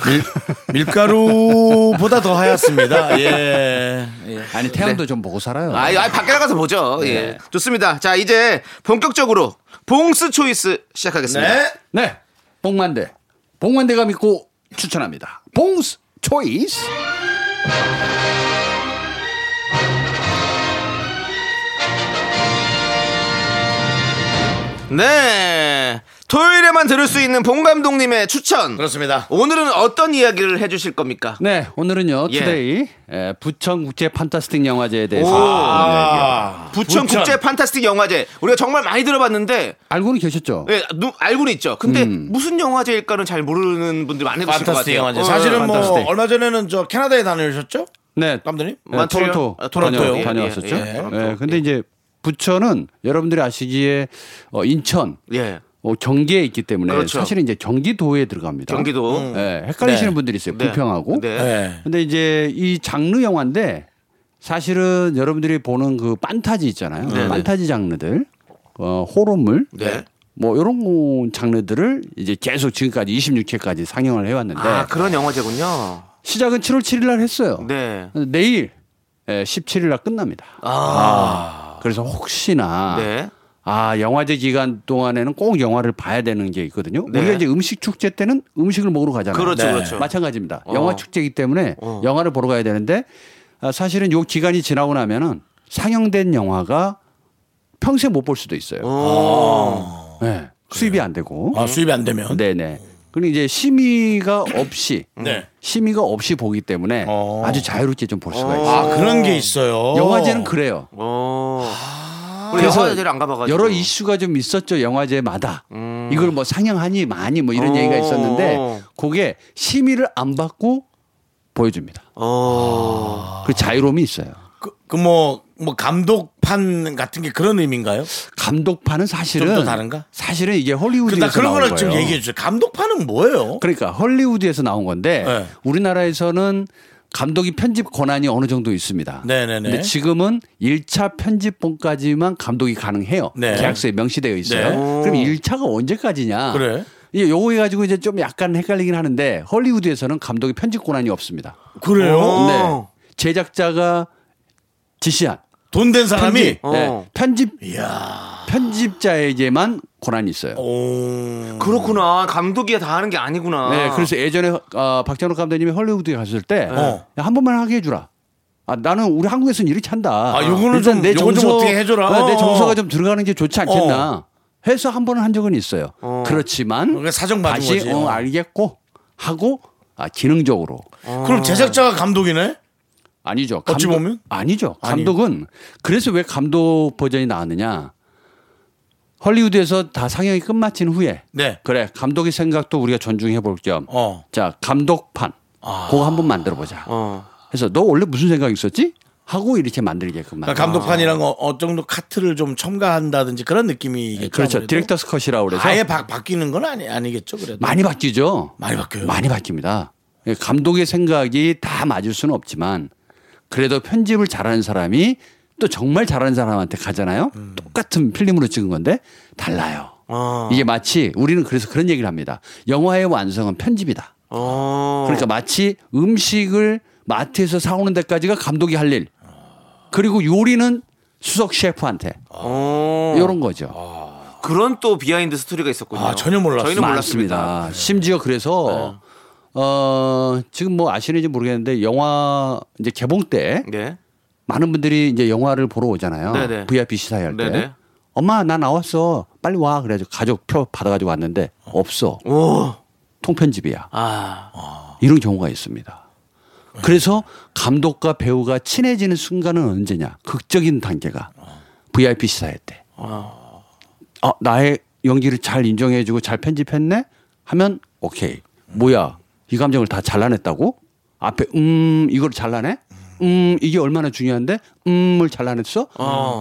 밀가루보다 더 하얗습니다. 예.
아니 태양도 좀 보고 살아요.
아이, 아이, 밖에 나가서 보죠.
네.
예. 좋습니다. 자, 이제 본격적으로 봉스 초이스 시작하겠습니다.
네.
네, 복만대. 복만대가 믿고 추천합니다. 봉스 초이스.
네. 토요일에만 들을 수 있는 봉 감독님의 추천.
그렇습니다.
오늘은 어떤 이야기를 해주실 겁니까?
네, 오늘은요.
예.
투데이 에, 부천 국제 판타스틱 영화제에 대해서 오늘 얘기해요.
아,
부천 국제 판타스틱 영화제 우리가 정말 많이 들어봤는데
알고는 계셨죠? 음.
예, 누- 알고는 있죠. 근데 무슨 영화제일까는 잘 모르는 분들 많이 계실 것
판타스틱
같아요.
영화제.
어,
사실은 뭐
판타스틱.
얼마 전에는 저 캐나다에 다녀오셨죠?
네,
감독님?
네,
만트리올?
토론토
아, 토론토요.
다녀,
예,
다녀왔었죠.
예,
예,
예, 토론토.
근데
예.
이제 부천은 여러분들이 아시기에 어, 인천,
예,
어, 경기에 있기 때문에
그렇죠.
사실은 이제 경기도에 들어갑니다.
경기도.
예, 헷갈리시는
네.
분들이 있어요.
네.
불평하고.
네.
예.
근데 이제 이 장르 영화인데 사실은 여러분들이 보는 그 판타지 있잖아요.
네.
판타지 장르들, 어, 호러물,
네.
뭐 이런 장르들을 이제 계속 지금까지 26회까지 상영을 해왔는데
아 그런 영화제군요.
시작은 7월 7일 날 했어요.
네.
내일 17일 날 끝납니다.
아,
그래서 혹시나
네.
아 영화제 기간 동안에는 꼭 영화를 봐야 되는 게 있거든요.
네.
우리가 이제 음식 축제 때는 음식을 먹으러 가잖아요.
그렇죠,
네.
그렇죠.
마찬가지입니다.
어.
영화 축제이기 때문에
어.
영화를 보러 가야 되는데 아, 사실은 요 기간이 지나고 나면은 상영된 영화가 평생 못 볼 수도 있어요. 네, 수입이 안 되고.
아, 수입이 안 되면.
네네. 그리고 이제 심의가 없이
네.
심의가 없이 보기 때문에
어.
아주 자유롭게 좀 볼 수가 있어요.
아, 그런 게 있어요.
영화제는 그래요.
어. 우리 영화제를 안 가봐가지고
여러 이슈가 좀 있었죠 영화제마다 이걸 뭐 상영하니 많이 뭐 이런 얘기가 있었는데 그게 심의를 안 받고 보여줍니다.
어.
그 자유로움이 있어요.
그, 그 뭐, 뭐 감독판 같은 게 그런 의미인가요?
감독판은 사실은
좀더 다른가?
사실은 이게
그, 나
헐리우드에서
그런
나온
거를
거예요.
좀 얘기해 주세요. 감독판은 뭐예요?
그러니까 헐리우드에서 나온 건데
네.
우리나라에서는 감독이 편집 권한이 어느 정도 있습니다.
네네네.
근데 지금은 1차 편집본까지만 감독이 가능해요.
네.
계약서에 명시되어 있어요.
네.
그럼 1차가 언제까지냐?
그래.
이제 요거 해가지고 이제 좀 약간 헷갈리긴 하는데 헐리우드에서는 감독이 편집 권한이 없습니다.
그래요?
네. 제작자가 지시한
돈 된 사람이
편집, 네. 편집
이야.
편집자에게만 권한이 있어요.
오.
그렇구나. 감독이 다 하는 게 아니구나.
네,
그렇죠.
그래서 예전에 어, 박찬욱 감독님이 헐리우드에 갔을 때 한
어.
번만 하게 해주라. 아, 나는 우리 한국에서는 이렇게 한다.
아, 요거는
일단
좀- 요건 좀 어떻게 해줘라.
아, 내
어.
정서가 좀 들어가는 게 좋지 않겠나. 해서 한 번은 한 적은 있어요. 그렇지만
그러니까 사정 받은
다시
거지.
어,
어.
알겠고 하고 아, 기능적으로
그럼
어.
제작자가 감독이네?
아니죠.
어찌 보면?
아니죠.
아니에요.
감독은 그래서 왜 감독 버전이 나왔느냐? 헐리우드에서 다 상영이 끝마친 후에
네.
그래 감독의 생각도 우리가 존중해 볼 겸
어. 아.
자 감독판 그거 한번 만들어 보자. 그래서 너 원래 무슨 생각 있었지? 하고 이렇게 만들게끔
그러니까
만들.
감독판이랑 어, 어느 정도 카트를 좀 첨가한다든지 그런 느낌이겠죠.
그렇죠.
아무래도?
디렉터스 컷이라고 그래서
아예 바, 바뀌는 건 아니, 아니겠죠. 그래도.
많이 바뀌죠.
많이 바뀌어요.
많이 바뀝니다. 예, 감독의 생각이 다 맞을 수는 없지만 그래도 편집을 잘하는 사람이 또 정말 잘하는 사람한테 가잖아요.
음.
똑같은 필름으로 찍은 건데 달라요.
아.
이게 마치 우리는 그래서 그런 얘기를 합니다. 영화의 완성은 편집이다.
어.
어.
그러니까 마치 음식을 마트에서 사오는 데까지가 감독이 할 일. 그리고 요리는 수석 셰프한테.
어.
이런 거죠.
그런 또 비하인드 스토리가 있었군요.
아, 전혀 몰랐어요.
저희는 몰랐습니다. 네.
많습니다. 심지어 그래서 어, 지금 뭐 아시는지 모르겠는데 영화 이제 개봉 때
네.
많은 분들이 이제 영화를 보러 오잖아요.
네네.
VIP 시사회 할 때.
네네.
엄마 나 나왔어. 빨리 와. 그래가지고 가족 표 받아가지고 왔는데 없어.
오.
통편집이야.
아.
이런 경우가 있습니다. 그래서 감독과 배우가 친해지는 순간은 언제냐? 극적인 단계가 VIP 시사회 때. 어, 나의 연기를 잘 인정해주고 잘 편집했네 하면 오케이. 뭐야 이 감정을 다 잘라냈다고? 앞에 음 이걸 잘라내? 음 이게 얼마나 중요한데 음을 잘라냈어?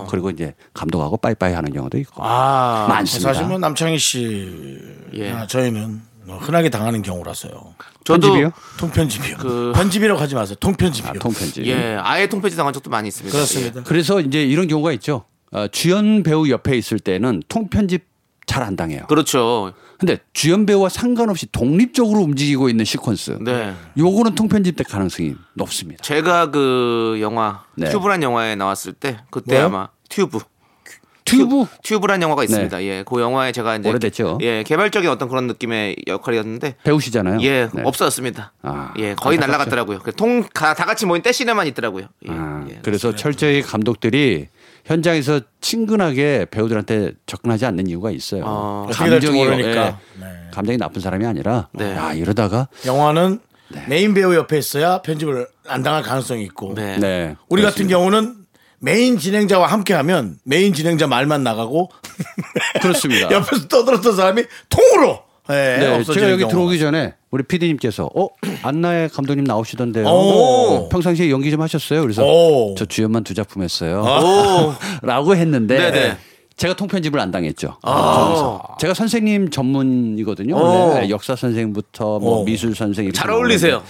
그리고 이제 감독하고 빠이빠이 하는 경우도 있고
아.
많습니다.
사실 뭐 남창희 씨,
예.
나 저희는 뭐 흔하게 당하는 경우라서요.
편집이요?
통편집이요.
그-
편집이라고 하지 마세요. 통편집이요.
아, 통편집.
예. 아예 통폐지 당한 적도 많이 있습니다.
그렇습니다.
그래서 이제 이런 경우가 있죠. 어, 주연 배우 옆에 있을 때는 통편집 잘 안 당해요.
예. 그렇죠.
근데 주연 배우와 상관없이 독립적으로 움직이고 있는 시퀀스.
네.
요거는 통편집 때 가능성이 높습니다.
제가 그 영화
네.
튜브란 영화에 나왔을 때 그때
뭐요?
아마 튜브
튜브
튜브란 영화가 있습니다. 예, 그 영화에 제가 이제
네. 오래됐죠?
예, 개발적인 어떤 그런 느낌의 역할이었는데
배우시잖아요.
예,
네.
없어졌습니다.
아,
예, 거의
안타깝죠.
날라갔더라고요. 그 통, 가- 다 같이 모인 떼시네만 있더라고요. 예,
아,
예.
네.
그래서 철저히 감독들이 현장에서 친근하게 배우들한테 접근하지 않는 이유가 있어요. 예,
어.
어떻게 될지 모르니까. 네.
감정이 나쁜 사람이 아니라
네.
야 이러다가
영화는 메인 배우 옆에 있어야 편집을 안 당할 가능성이 있고
네.
네. 네
우리 같은 경우는 메인 진행자와 함께하면 메인 진행자 말만 나가고
그렇습니다.
옆에서 떠들었던 사람이 통으로 예,
네,
없어지는
제가 여기
경우가
들어오기 전에 우리 PD님께서 어 안나의 감독님 나오시던데요.
오.
평상시에 연기 좀 하셨어요. 그래서
오.
저 주연만 두 작품 했어요.
오,
[laughs] 라고 했는데
네네.
제가 통편집을 안 당했죠. 거기서. 제가 선생님 전문이거든요. 원래 네, 역사 선생부터 뭐
오.
미술 선생 이렇게
잘 어울리세요.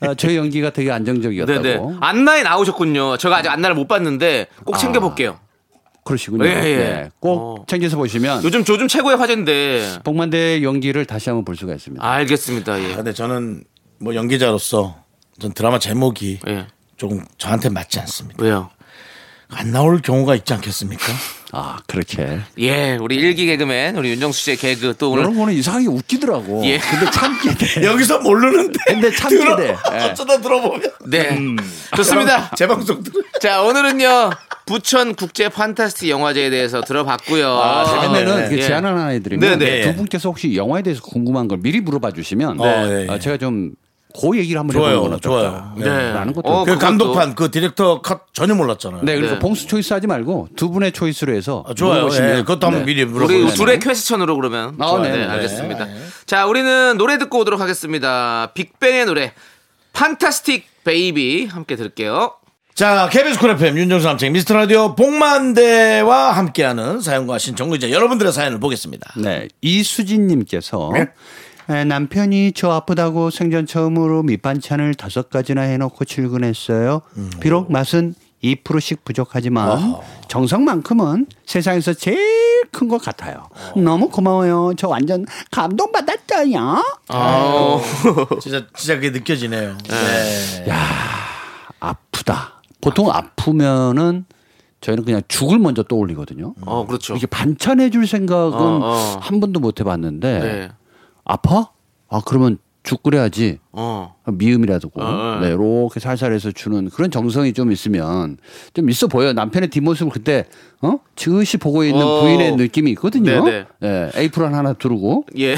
나오는데, 아, 저의 연기가 되게 안정적이었다고.
네네. 안나에 나오셨군요. 제가 아직 안나를 못 봤는데 꼭 챙겨볼게요.
아, 그러시군요.
예, 예.
네, 꼭
어.
챙겨서 보시면
요즘 요즘 최고의 화제인데.
복만대의 연기를 다시 한번 볼 수가 있습니다.
알겠습니다.
아,
예.
근데 저는 뭐 연기자로서 전 드라마 제목이
예.
조금 저한테 맞지 않습니다.
왜요?
안 나올 경우가 있지 않겠습니까?
아 그렇게.
예, 우리 일기 개그맨 우리 윤정수 씨의 개그 또 오늘
이런 거는 이상하게 웃기더라고.
예.
근데 참게 돼.
여기서 모르는데
[laughs] 근데 참게
들어-
돼. 예.
[laughs] 어쩌다 들어보면
네 좋습니다.
제 방송 들은
자 오늘은요 부천 국제 판타스틱 영화제에 대해서 들어봤고요.
다음에는 그
예.
제안 하나 해드리면
네네.
두 분께서 혹시 영화에 대해서 궁금한 걸 미리 물어봐 주시면
네. 네, 네.
아, 제가 좀 그 얘기를 한번
좋아요,
해보는 건 어떨까?
좋아요. 네.
라는 것도.
어,
그
그것도-
감독판 그 디렉터 컷 전혀 몰랐잖아요.
네, 그러니까
네.
봉수 초이스 하지 말고 두 분의 초이스로 해서
아, 좋아요.
물어보시면
예, 그것도 한번
네.
미리
우리
물어보세요.
둘의 퀘스천으로 그러면
어?
아,
네,
네, 네.
알겠습니다. 자 우리는 노래 듣고 오도록 하겠습니다. 빅뱅의 노래 판타스틱 베이비 함께 들을게요.
자, KBS 쿨 FM 윤정수 남창 미스터 라디오 복만대와 함께하는 사연과 신청자 여러분들의 사연을 보겠습니다. 예?
네, 이수진님께서 에, 남편이 저 아프다고 생전 처음으로 밑반찬을 다섯 가지나 해놓고 출근했어요.
음.
비록 맛은 2%씩 부족하지만 정성만큼은 세상에서 제일 큰 것 같아요.
어.
너무 고마워요. 저 완전 감동받았어요.
진짜 진짜 그게 느껴지네요. 네.
아프다. 보통 아프면은 저희는 그냥 죽을 먼저 떠올리거든요.
어, 그렇죠.
이게 반찬해 줄 생각은
어, 어.
한 번도 못 해봤는데
네.
아파? 아 그러면 죽 끓여야지.
어.
미음이라도 고
어,
네, 이렇게 살살해서 주는 그런 정성이 좀 있으면 좀 있어 보여. 남편의 뒷모습을 그때 어 지읒이 보고 있는
어.
부인의 느낌이 있거든요.
네,
예, 에이프런 하나 두르고
예.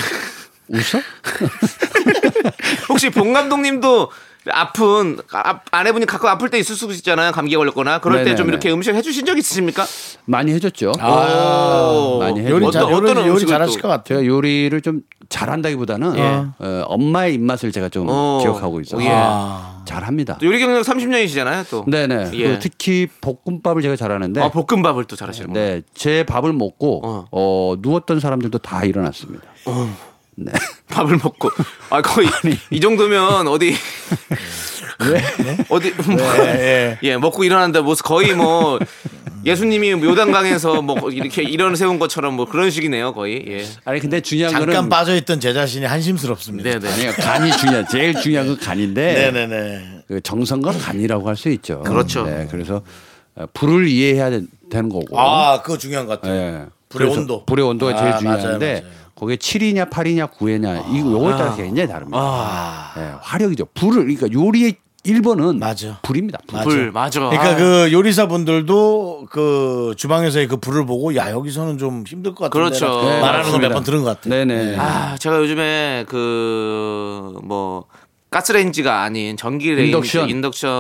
웃어?
혹시 봉 감독님도 아픈 아, 아내분이 가끔 아플 때 있을 수 있잖아요. 감기 에 걸렸거나 그럴 때 좀
네네네.
이렇게 음식 해주신 적 있으십니까?
많이 해줬죠.
아, 오.
많이 해줬죠.
요리 잘
네, 뭐 어떤-
요리,
어떤
요리
음식을
잘하실 것
또-
같아요.
제가 요리를 좀
예.
잘한다기보다는 어, 엄마의 입맛을 제가 좀
어.
기억하고 있어요.
예.
아.
잘합니다.
또 요리 경력 30년이시잖아요. 또.
네네.
예.
그리고 특히 볶음밥을 제가 잘하는데
아 볶음밥을 또 잘하시는 분.
네, 제 밥을 먹고
어.
어. 누웠던 사람들도 다 일어났습니다.
밥을 먹고. 아 거의 이 정도면 어디 어디 뭐 예 먹고 일어난다 뭐 거의 뭐 예수님이 요단강에서 뭐 이렇게 일어나 세운 것처럼 뭐 그런 식이네요 거의. 예.
아니 근데 중요한
잠깐
거는
빠져있던 제 자신이 한심스럽습니다.
네네.
아니요 간이 중요. 제일 중요한 건 간인데
네네네.
그 정성과 간이라고 할 수 있죠.
그렇죠.
네, 그래서 어, 불을 이해해야 되- 되는 거고.
어?
아 그거 중요한 것
네.
같아요.
예.
불의
그래서
온도.
불의 온도가 제일
아,
중요한데
맞아요, 아. 맞아요.
거기에 7이냐 8이냐 9이냐 이거 요거에 따라 굉장히 다릅니다. 예, 화력이죠. 불을 그러니까 요리의 1번은
아. 맞아.
불입니다. 불.
불 맞아.
그러니까
아,
그 요리사 분들도 그 주방에서의 그 불을 보고 야 여기서는 좀 힘들 것 같은데
그렇죠.
라고
네,
말하는 거 몇 번 들은 것 같아요.
네네.
아, 제가 요즘에 그 뭐 가스레인지가 아닌 전기 레인지
인덕션.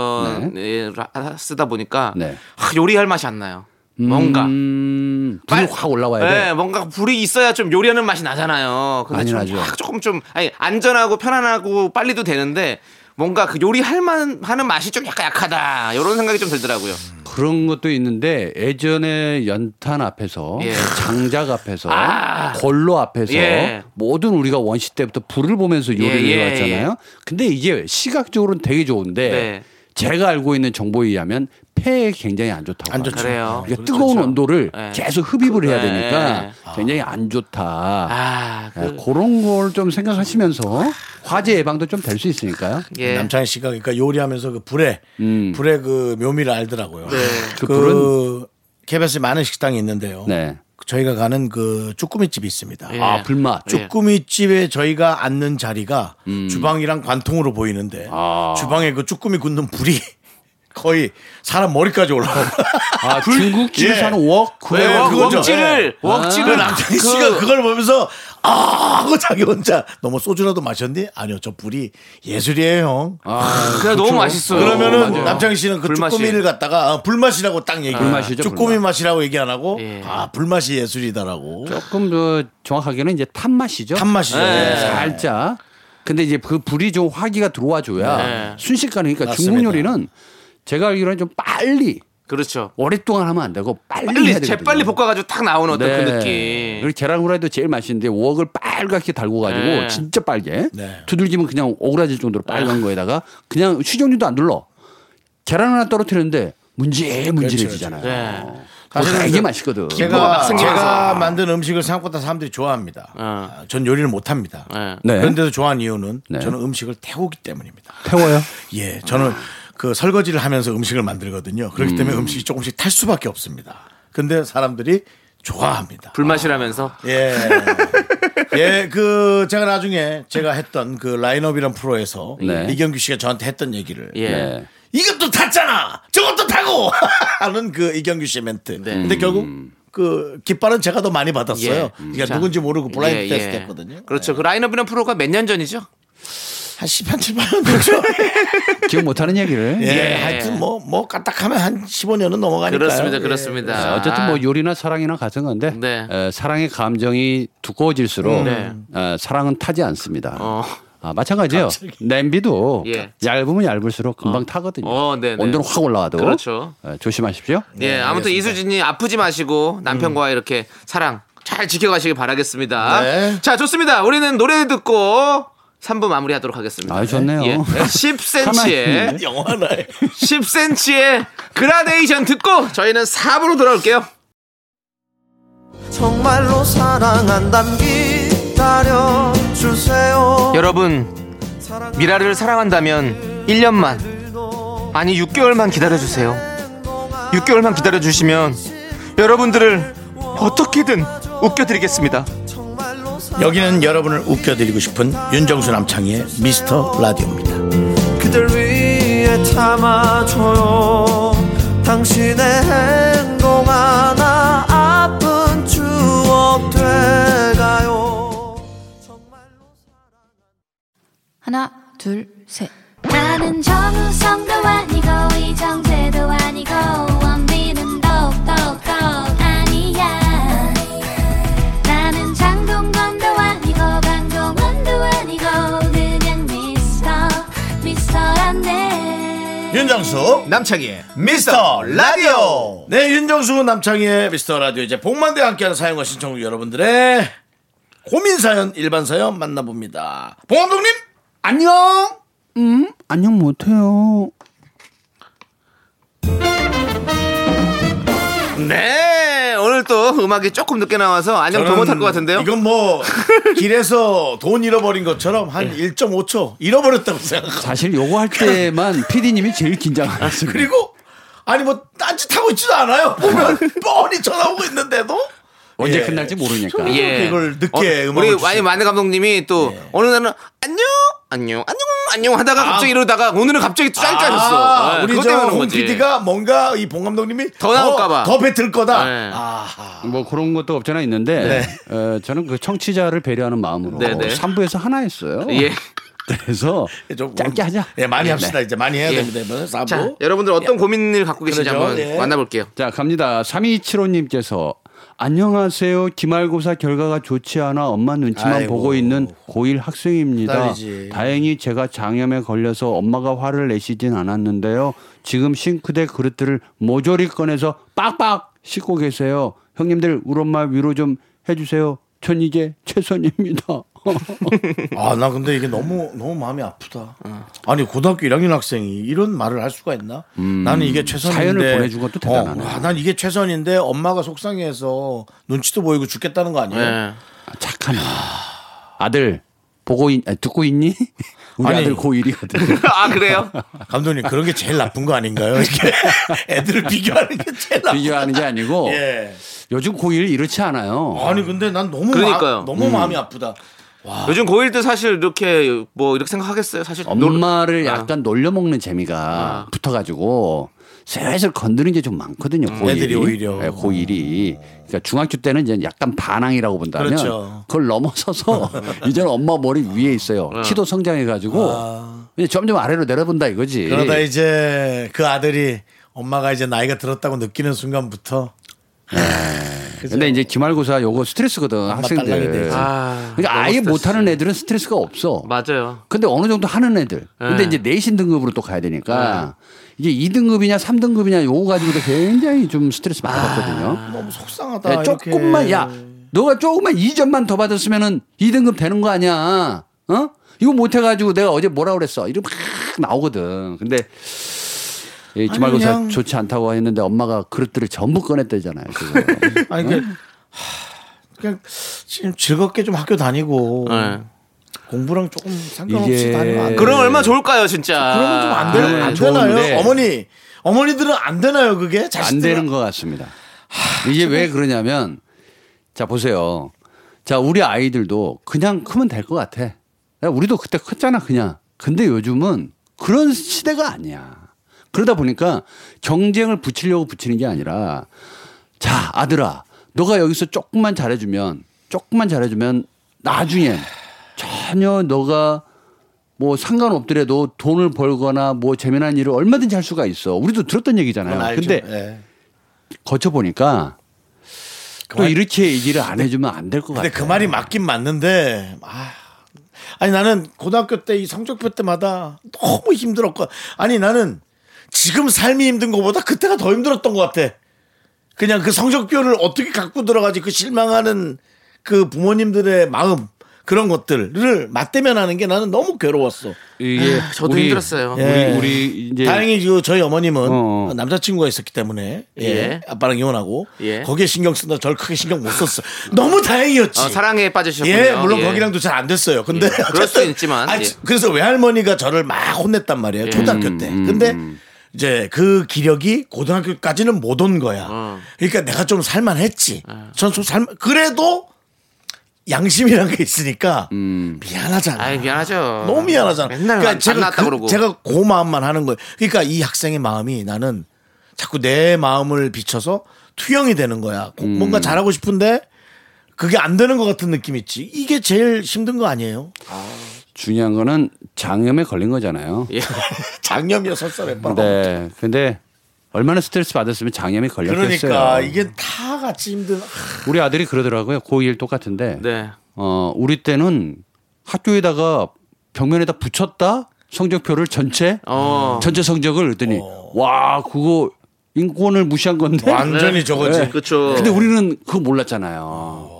인덕션을 하- 쓰다 보니까
네.
아, 요리할 맛이 안 나요. 뭔가
음, 불이
빨-
확 올라와야 돼.
네, 뭔가 불이 있어야 좀 요리하는 맛이 나잖아요. 근데
많이
좀
나죠.
확 조금 좀 아니 안전하고 편안하고 빨리도 되는데 뭔가 그 요리할 만 하는 맛이 좀 약간 약하다. 이런 생각이 좀 들더라고요.
그런 것도 있는데 예전에 연탄 앞에서
예.
장작 앞에서
아.
골로 앞에서
예.
모든 우리가 원시 때부터 불을 보면서 요리를
예, 예,
해왔잖아요. 근데 이게 시각적으로는 되게 좋은데
네.
제가 알고 있는 정보에 의하면 폐에 굉장히 안 좋다고.
안
합니다.
좋죠.
그래요. 그렇죠.
이게 뜨거운 온도를
예.
계속 흡입을 해야
예.
되니까 굉장히 안 좋다.
아, 그-
예, 그런 걸 좀 생각하시면서 화재 예방도 좀 될 수 있으니까요.
예. 음.
남창희 씨가 그러니까 요리하면서 그 불에 불의 그 묘미를 알더라고요.
네.
그,
그 불은-
KBS 에 많은 식당이 있는데요.
네.
저희가 가는 그 쭈꾸미 집이 있습니다.
예.
아 불맛.
예. 음.
쭈꾸미 집에 저희가 앉는 자리가 주방이랑 관통으로 보이는데
아.
주방에 그 쭈꾸미 굽는 불이 [laughs] 거의 사람 머리까지 올라오고
[laughs]
아 중국집에서
예.
하는 웍.
네,
예,
웍-
그거죠.
웍지를
예.
웍지를
남창희
그-
씨가 그걸 보면서 아 하고 자기 혼자 너뭐 소주라도 마셨니? 아니요 저 불이 예술이에요 형.
아,
그냥 너무 맛있어요.
그러면은
어, 맞아요.
남창희 씨는 그
불맛이.
쭈꾸미를 갖다가 아, 불맛이라고 딱 얘기.
불맛이죠,
쭈꾸미
불맛.
맛이라고 얘기 안 하고
예.
아 불맛이 예술이다라고.
조금 더 정확하게는 이제 탄맛이죠.
탄맛이죠.
네,
예.
살짝. 근데 이제 그 불이 좀 화기가 들어와줘야
네.
순식간에 그러니까
맞습니다.
중국 요리는 제가 알기로는 좀 빨리
그렇죠.
오랫동안 하면 안 되고 빨리 해야
빨리
되거든요.
재빨리 볶아가지고 탁 나오는 어떤
네.
그 느낌.
그리고 계란 후라이도 제일 맛있는데 웍을 빨갛게 달고 가지고
네. 아.
진짜 빨개.
네.
두들기면 그냥 오그라질 정도로 빨간 거에다가 그냥 휴정유도 안 눌러. 계란 하나 떨어뜨리는데 문질문질해지잖아요.
그렇죠, 그렇죠.
사실은
사실은
되게
저-
맛있거든. 네.
제가
생기면서. 어.
제가 만든 음식을 생각보다 사람들이 좋아합니다. 아, 전 요리를 못합니다.
예.
네.
그런데도 좋아하는 이유는
네.
저는 음식을 태우기 때문입니다.
태워요.
[laughs] 예, 저는 그 설거지를 하면서 음식을 만들거든요. 그렇기 때문에 음식이 조금씩 탈 수밖에 없습니다. 근데 사람들이 좋아합니다.
불맛이라면서.
[laughs]
예. 예, 그 제가 나중에 제가 했던 그 라인업이란 프로에서
네.
이경규 씨가 저한테 했던 얘기를
예.
네.
이것도 탔잖아. 저것도 타고 [laughs] 하는 그 이경규 씨의 멘트.
네. 음.
근데 결국 그 깃발은 제가 더 많이 받았어요. 그러니까
예. 자.
누군지 모르고 블라인드
예,
테스트
예.
했거든요.
그렇죠.
네.
그 라인업이라는 프로가 몇 년 전이죠?
한 10한 7만 원 되죠.
기억 못하는 얘기를.
예.
[laughs] 예.
하여튼 뭐 뭐 까딱하면 한 15년은 넘어가니까.
그렇습니다. 그렇습니다.
아, 어쨌든 뭐 요리나 사랑이나 같은 건데
네.
에, 사랑의 감정이 두꺼워질수록
네.
에, 사랑은 타지 않습니다.
어.
아, 마찬가지예요. 냄비도
예.
얇으면 얇을수록 금방 타거든요.
어, 네네.
온도는 확 올라와도 어,
그렇죠.
에, 조심하십시오. 음.
예, 아무튼 이수진님 아프지 마시고 남편과 이렇게 사랑 잘 지켜가시길 바라겠습니다.
네.
자, 좋습니다. 우리는 노래 듣고 3부 마무리하도록 하겠습니다.
아, 좋네요.
예.
가만히 [laughs]
10cm의
있네.
영화나
10cm의 그라데이션 듣고 저희는 4부로 돌아올게요.
정말로 사랑한담 기다려주세요
여러분, 미라를 사랑한다면 1년만, 아니 6개월만 기다려주세요. 6개월만 기다려주시면 여러분들을 어떻게든 웃겨드리겠습니다.
예. 여기는 여러분을 웃겨드리고 싶은 윤정수 남창희의 미스터 라디오입니다.
그들 위에 참아줘요 당신의 행동 하나 아픈 추억 돼가요
하나, 둘, 셋. 나는 정우성도 아니고 이정재도 아니고 원빈은 더욱더 아니야. 나는 장동건도 아니고 강동원도 아니고 그냥 미스터 미스터란데.
윤정수
남창희의
미스터 라디오. 네, 윤정수 남창희의 미스터 라디오 이제 복만대와 함께하는 사연과 신청곡 여러분들의 고민 사연 일반 사연 만나봅니다. 봉 감독님
안녕. 음 안녕 못해요.
네 오늘 또 음악이 조금 늦게 나와서 안녕 더 못할 것 같은데요
이건
[laughs]
뭐 길에서 돈 잃어버린 것처럼 한
예.
1.5초 잃어버렸다고 생각하고
사실 요거 할 때만 [laughs] PD님이 제일
아,
긴장하시고
그리고 아니 뭐 딴짓하고 있지도 않아요. 보면 뻔히 쳐다보고 있는데도
언제
예.
끝날지 모르니까.
예.
이걸 늦게
어,
음악을 예.
우리
주시-
많이 많은 감독님이 또 어느 날은 안녕 안녕 안녕 안녕 하다가 갑자기 이러다가 오늘은 갑자기 짧아졌어 예,
아, 우리 저홍
거지.
PD가 뭔가 이 봉 감독님이
더 나올까봐.
더 뱉을 거다.
네.
뭐 그런 것도 없잖아
네.
있는데 어, 저는 그 청취자를 배려하는 마음으로
네, 네.
3부에서 하나 했어요.
예.
[laughs] 그래서
조금-
음. 짧게 하자. 네.
예, 많이 합시다. 이제 많이 해야 됩니다. 이번에
자 예.
4부.
여러분들 어떤 고민을 갖고 계신지
예. 그러죠.
한번
예.
만나볼게요
자 갑니다. 3275님께서 안녕하세요. 기말고사 결과가 좋지 않아 엄마 눈치만
아이고.
보고 있는 고1 학생입니다.
딸이지.
다행히 제가 장염에 걸려서 엄마가 화를 내시진 않았는데요. 지금 싱크대 그릇들을 모조리 꺼내서 빡빡 씻고 계세요. 형님들 우리 엄마 위로 좀 해주세요. 전 이제 최선입니다. [laughs]
아, 나 근데 이게 너무 너무 마음이 아프다.
어.
아니, 고등학교 1학년 학생이 이런 말을 할 수가 있나?
음.
나는 이게 최선인데.
사연을 보내준 것도 대단하네.
어, 아, 난 이게 최선인데 엄마가 속상해서 눈치도 보이고 죽겠다는 거 아니에요?
예.
착한 아들 보고 있, 아니,
[laughs]
듣고 있니? 우리
아니.
아들 고1이거든.
아 그래요
감독님, 그런 게 제일 나쁜 거 아닌가요? 이게 [laughs] 애들을 비교하는 게 제일 나쁜
[laughs] 비교하는 게 아니고
예.
요즘 고1 이렇지 않아요.
아니, 근데 난 너무
그러니까요.
마, 너무 마음이 아프다.
요즘 고1 때 사실 이렇게 뭐 이렇게 생각하겠어요 사실
엄마를
놀- 아.
약간 놀려먹는
아.
재미가 붙어가지고 슬슬 건드는 게 좀 많거든요. 고1이. 예,
애들이 오히려.
고1이. 그러니까 중학교 때는 이제 약간 반항이라고 본다면
그렇죠.
그걸
[laughs]
넘어서서 이제는 엄마 머리 위에 있어요.
아.
키도 성장해가지고 이제 점점 아래로 내려본다 이거지.
그러다 이제 그 아들이 엄마가 이제 나이가 들었다고 느끼는 순간부터
근데 이제 기말고사 요거 스트레스거든
아, 딸랑이
학생들.
되지.
아,
그러니까
너무
아예
스트레스.
못하는 애들은 스트레스가 없어.
맞아요
근데 어느 정도 하는 애들. 근데
예.
이제 내신 등급으로 또 가야 되니까 이게 2등급이냐 3등급이냐 요거 가지고도 굉장히 좀 스트레스
아.
많이 받거든요.
너무 속상하다.
야,
아, 이렇게.
조금만 야 너가 조금만 2점만 더 받았으면은 2등급 되는 거 아니야. 어? 이거 못 해가지고 내가 어제 뭐라 그랬어. 이러면 막 나오거든. 근데 이 기말고사
그냥-
좋지 않다고 했는데 엄마가 그릇들을 전부 꺼냈대잖아요.
[laughs]
그거.
아니 그 그냥 지금 즐겁게 좀 학교 다니고
예.
공부랑 조금 상관없이
이게-
다니면 안
그럼
돼요?
얼마나 좋을까요 진짜
그러면 좀 안
네,
되나 안
좋은데.
되나요? 어머니 어머니들은 안 되나요 그게
안
자식들은?
되는 것 같습니다. 이게 왜 그러냐면 자 보세요. 자 우리 아이들도 그냥 크면 될 것 같아. 야, 우리도 그때 컸잖아 그냥. 근데 요즘은 그런 시대가 아니야. 그러다 보니까 경쟁을 붙이려고 붙이는 게 아니라 자 아들아 너가 여기서 조금만 잘해주면 조금만 잘해주면 나중에 전혀 너가 뭐 상관없더라도 돈을 벌거나 뭐 재미난 일을 얼마든지 할 수가 있어. 우리도 들었던 얘기잖아요.
그건 알죠.
근데
예.
거쳐보니까 또
그만-
이렇게 얘기를 안 해주면 안 될 것
근데
같아요.
그 말이 맞긴 맞는데 아 아니 나는 고등학교 때 이 성적표 때마다 너무 힘들었고 아니 나는 지금 삶이 힘든 것보다 그때가 더 힘들었던 것 같아. 그냥 그 성적표를 어떻게 갖고 들어가지 그 실망하는 그 부모님들의 마음 그런 것들을 맞대면하는 게 나는 너무 괴로웠어.
이게
저도 힘들었어요.
예.
예, 우리 우리 이제
다행히 그 저희 어머님은
어.
남자친구가 있었기 때문에 예.
예.
아빠랑 이혼하고
예.
거기에 신경 쓴다 절 크게 신경 못 썼어. 너무 다행이었지.
어, 사랑에 빠지셨군요.
예, 물론 거기랑도 잘 안 됐어요. 근데
예, [laughs] 그럴 수는 있지만,
네. 아니,
예. 음,
그래서 외할머니가 저를 막 혼냈단 말이에요. 초등학교 때. 근데 이제 그 기력이 고등학교까지는 못 온 거야.
어.
그러니까 내가 좀 살만했지. 전좀 살. 그래도 양심이란 게 있으니까 미안하잖아.
음. 아이 미안하죠.
너무 미안하잖아.
맨날 안
제가
났다
그,
그러고.
제가 그 마음만 하는 거예요. 그러니까 이 학생의 마음이 나는 자꾸 내 마음을 비춰서 투영이 되는 거야. 고-
음.
뭔가 잘하고 싶은데 그게 안 되는 것 같은 느낌 있지. 이게 제일 힘든 거 아니에요?
중요한 거는 장염에 걸린 거잖아요.
예.
장염이요, 설사에 빠져.
네. 근데 얼마나 스트레스 받았으면 장염이 걸렸겠어요.
그러니까 이게 다 같이 힘든. 아,
우리 아들이 그러더라고요. 고2일 똑같은데.
네.
어, 우리 때는 학교에다가 벽면에다 붙였다 성적표를 전체
어.
전체 성적을 그랬더니 와 그거 인권을 무시한 건데
어. 완전히 저거지.
그렇죠.
근데 우리는 그거 몰랐잖아요.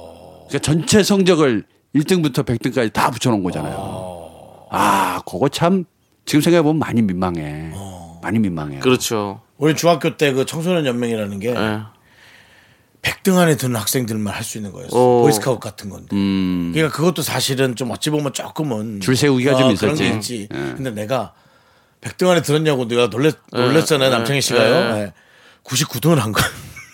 그러니까 전체 성적을 1등부터 100등까지 다 붙여놓은 거잖아요. 아, 그거 참 지금 생각해보면 많이 민망해. 많이 민망해.
어. 그렇죠.
우리 중학교 때 그 청소년 연맹이라는 게
예.
100등 안에 드는 학생들만 할 수 있는 거였어.
오.
보이스카웃 같은 건데. 그러니까 그것도 사실은 좀 어찌 보면 조금은
음.
아,
줄 세우기가 좀 있었지. 예.
그런 게 있지. 근데 내가 100등 안에 들었냐고 내가 놀랬,
예.
놀랬잖아요. 남창희 씨가요. 예. 99등을 한 거야.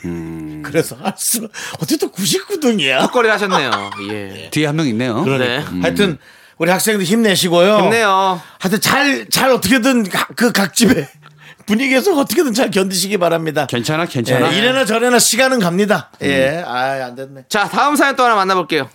음.
[laughs] 그래서 할 수, 어쨌든 99등이야.
헛거리 [laughs] 하셨네요. 예.
뒤에 한 명 있네요.
그러네.
음.
하여튼 우리 학생들 힘내시고요.
좋네요.
하여튼 잘, 잘 어떻게든 그 각 집에 [laughs] 분위기에서 어떻게든 잘 견디시기 바랍니다.
괜찮아, 괜찮아. 음.
예, 이래나 저래나 시간은 갑니다. 예, 아, 안 됐네.
자, 다음 사연 또 하나 만나볼게요.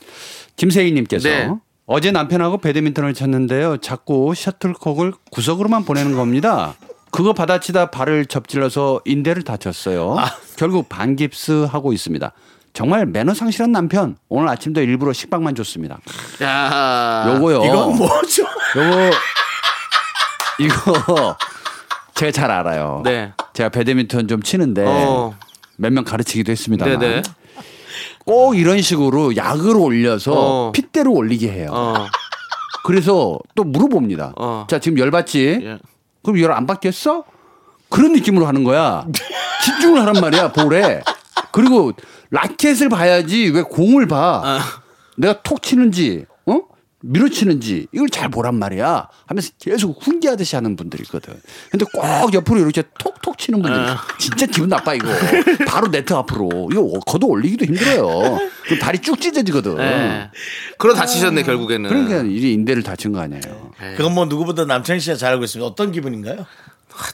김세희님께서
네.
어제 남편하고 배드민턴을 쳤는데요. 자꾸 셔틀콕을 구석으로만 보내는 겁니다. 그거 받아치다 발을 접질러서 인대를 다쳤어요.
아.
결국 반깁스 하고 있습니다. 정말 매너 상실한 남편. 오늘 아침도 일부러 식빵만 줬습니다.
야.
요거요.
이건 뭐죠?
요거 이거 제가 잘 알아요.
네.
제가 배드민턴 좀 치는데
어.
몇 명 가르치기도 했습니다.
네네.
꼭 이런 식으로 약을 올려서
어.
핏대로 올리게 해요.
어.
그래서 또 물어봅니다.
어.
자, 지금 열받지?
예.
그럼 열 안 받겠어? 그런 느낌으로 하는 거야. 집중을 하란 말이야, 볼에. 그리고 라켓을 봐야지 왜 공을 봐.
아.
내가 톡 치는지, 어? 밀어치는지 이걸 잘 보란 말이야 하면서 계속 훈계하듯이 하는 분들이 있거든. 근데 꼭 옆으로 이렇게 톡톡 치는 분들이
아.
있어. 진짜 기분 나빠 이거. 바로 네트 앞으로 이거 걷어 올리기도 힘들어요. 그럼 다리 쭉 찢어지거든.
예. 그러 다치셨네 결국에는.
그러니까 이 인대를 다친 거 아니에요.
그건 뭐 누구보다 남창희 씨가 잘 알고 있습니다. 어떤 기분인가요?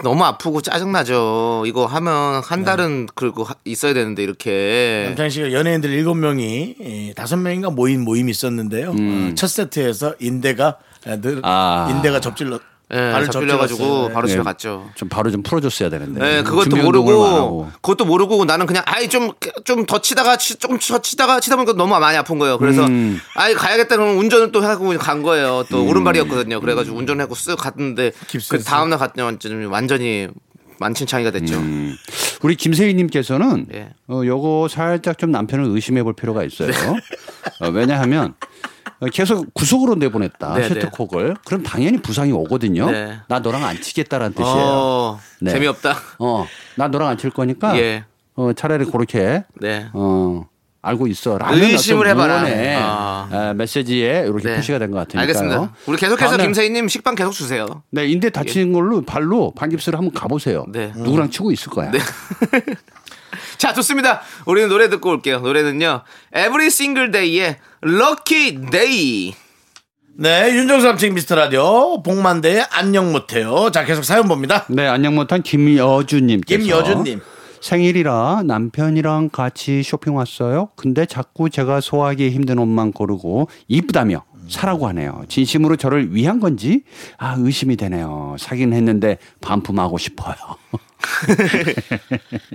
너무 아프고 짜증 나죠. 이거 하면 한 달은 그리고 하- 있어야 되는데 이렇게.
남창희 씨가 연예인들 일곱 명이 예, 다섯 명인가 모인 모임이 있었는데요. 어, 첫 세트에서 인대가 예, 늘
음. 아.
인대가 접질러
예,
발을
접질려 가지고
접질렀어요.
바로 집에
네.
갔죠.
좀 바로 좀 풀어줬어야 되는데. 음,
네, 그것도
준비 운동을 안
모르고
하고.
그것도 모르고 나는 그냥 아이 좀 좀 더 치다가 치, 조금 더 치다가 치다 보니까 너무 많이 아픈 거예요. 그래서
음.
아이 가야겠다 그러면 운전을 또 하고 간 거예요. 또 오른발이었거든요. 그래가지고 운전하고 쓱 갔는데 그 다음 날 갔더니 완전히- 완전히 만신창이가 됐죠.
우리 김세희님께서는
예. 네.
어, 요거 살짝 좀 남편을 의심해 볼 필요가 있어요. 어, 왜냐하면 어, 계속 구속으로 내보냈다
네,
셔틀콕을 그럼 당연히 부상이 오거든요.
네.
나 너랑 안 치겠다라는 뜻이에요.
어,
네.
재미없다.
어, 나 너랑 안 칠 거니까
예.
어, 차라리 그렇게
네.
어, 알고 있어.
의심을 해봐라.
의
아.
메시지에 이렇게
네.
표시가 된 것 같으니까요.
알겠습니다. 우리 계속해서
다음날-
김세희님 식빵 계속 주세요.
네, 인대 다친 걸로 발로 반깁스를 한번 가보세요.
네.
누구랑 치고 있을 거야.
자, 좋습니다. 우리는 노래 듣고 올게요. 노래는요. Every Single Day의 Lucky Day.
네, 윤정수 남친 미스터 라디오 복만대의 안녕 못해요. 자, 계속 사연 봅니다.
[laughs] 네, 안녕 못한 김여주님께서
김여주님.
생일이라 남편이랑 같이 쇼핑 왔어요. 근데 자꾸 제가 소화하기 힘든 옷만 고르고 이쁘다며 사라고 하네요. 진심으로 저를 위한 건지 아 의심이 되네요. 사긴 했는데 반품하고 싶어요.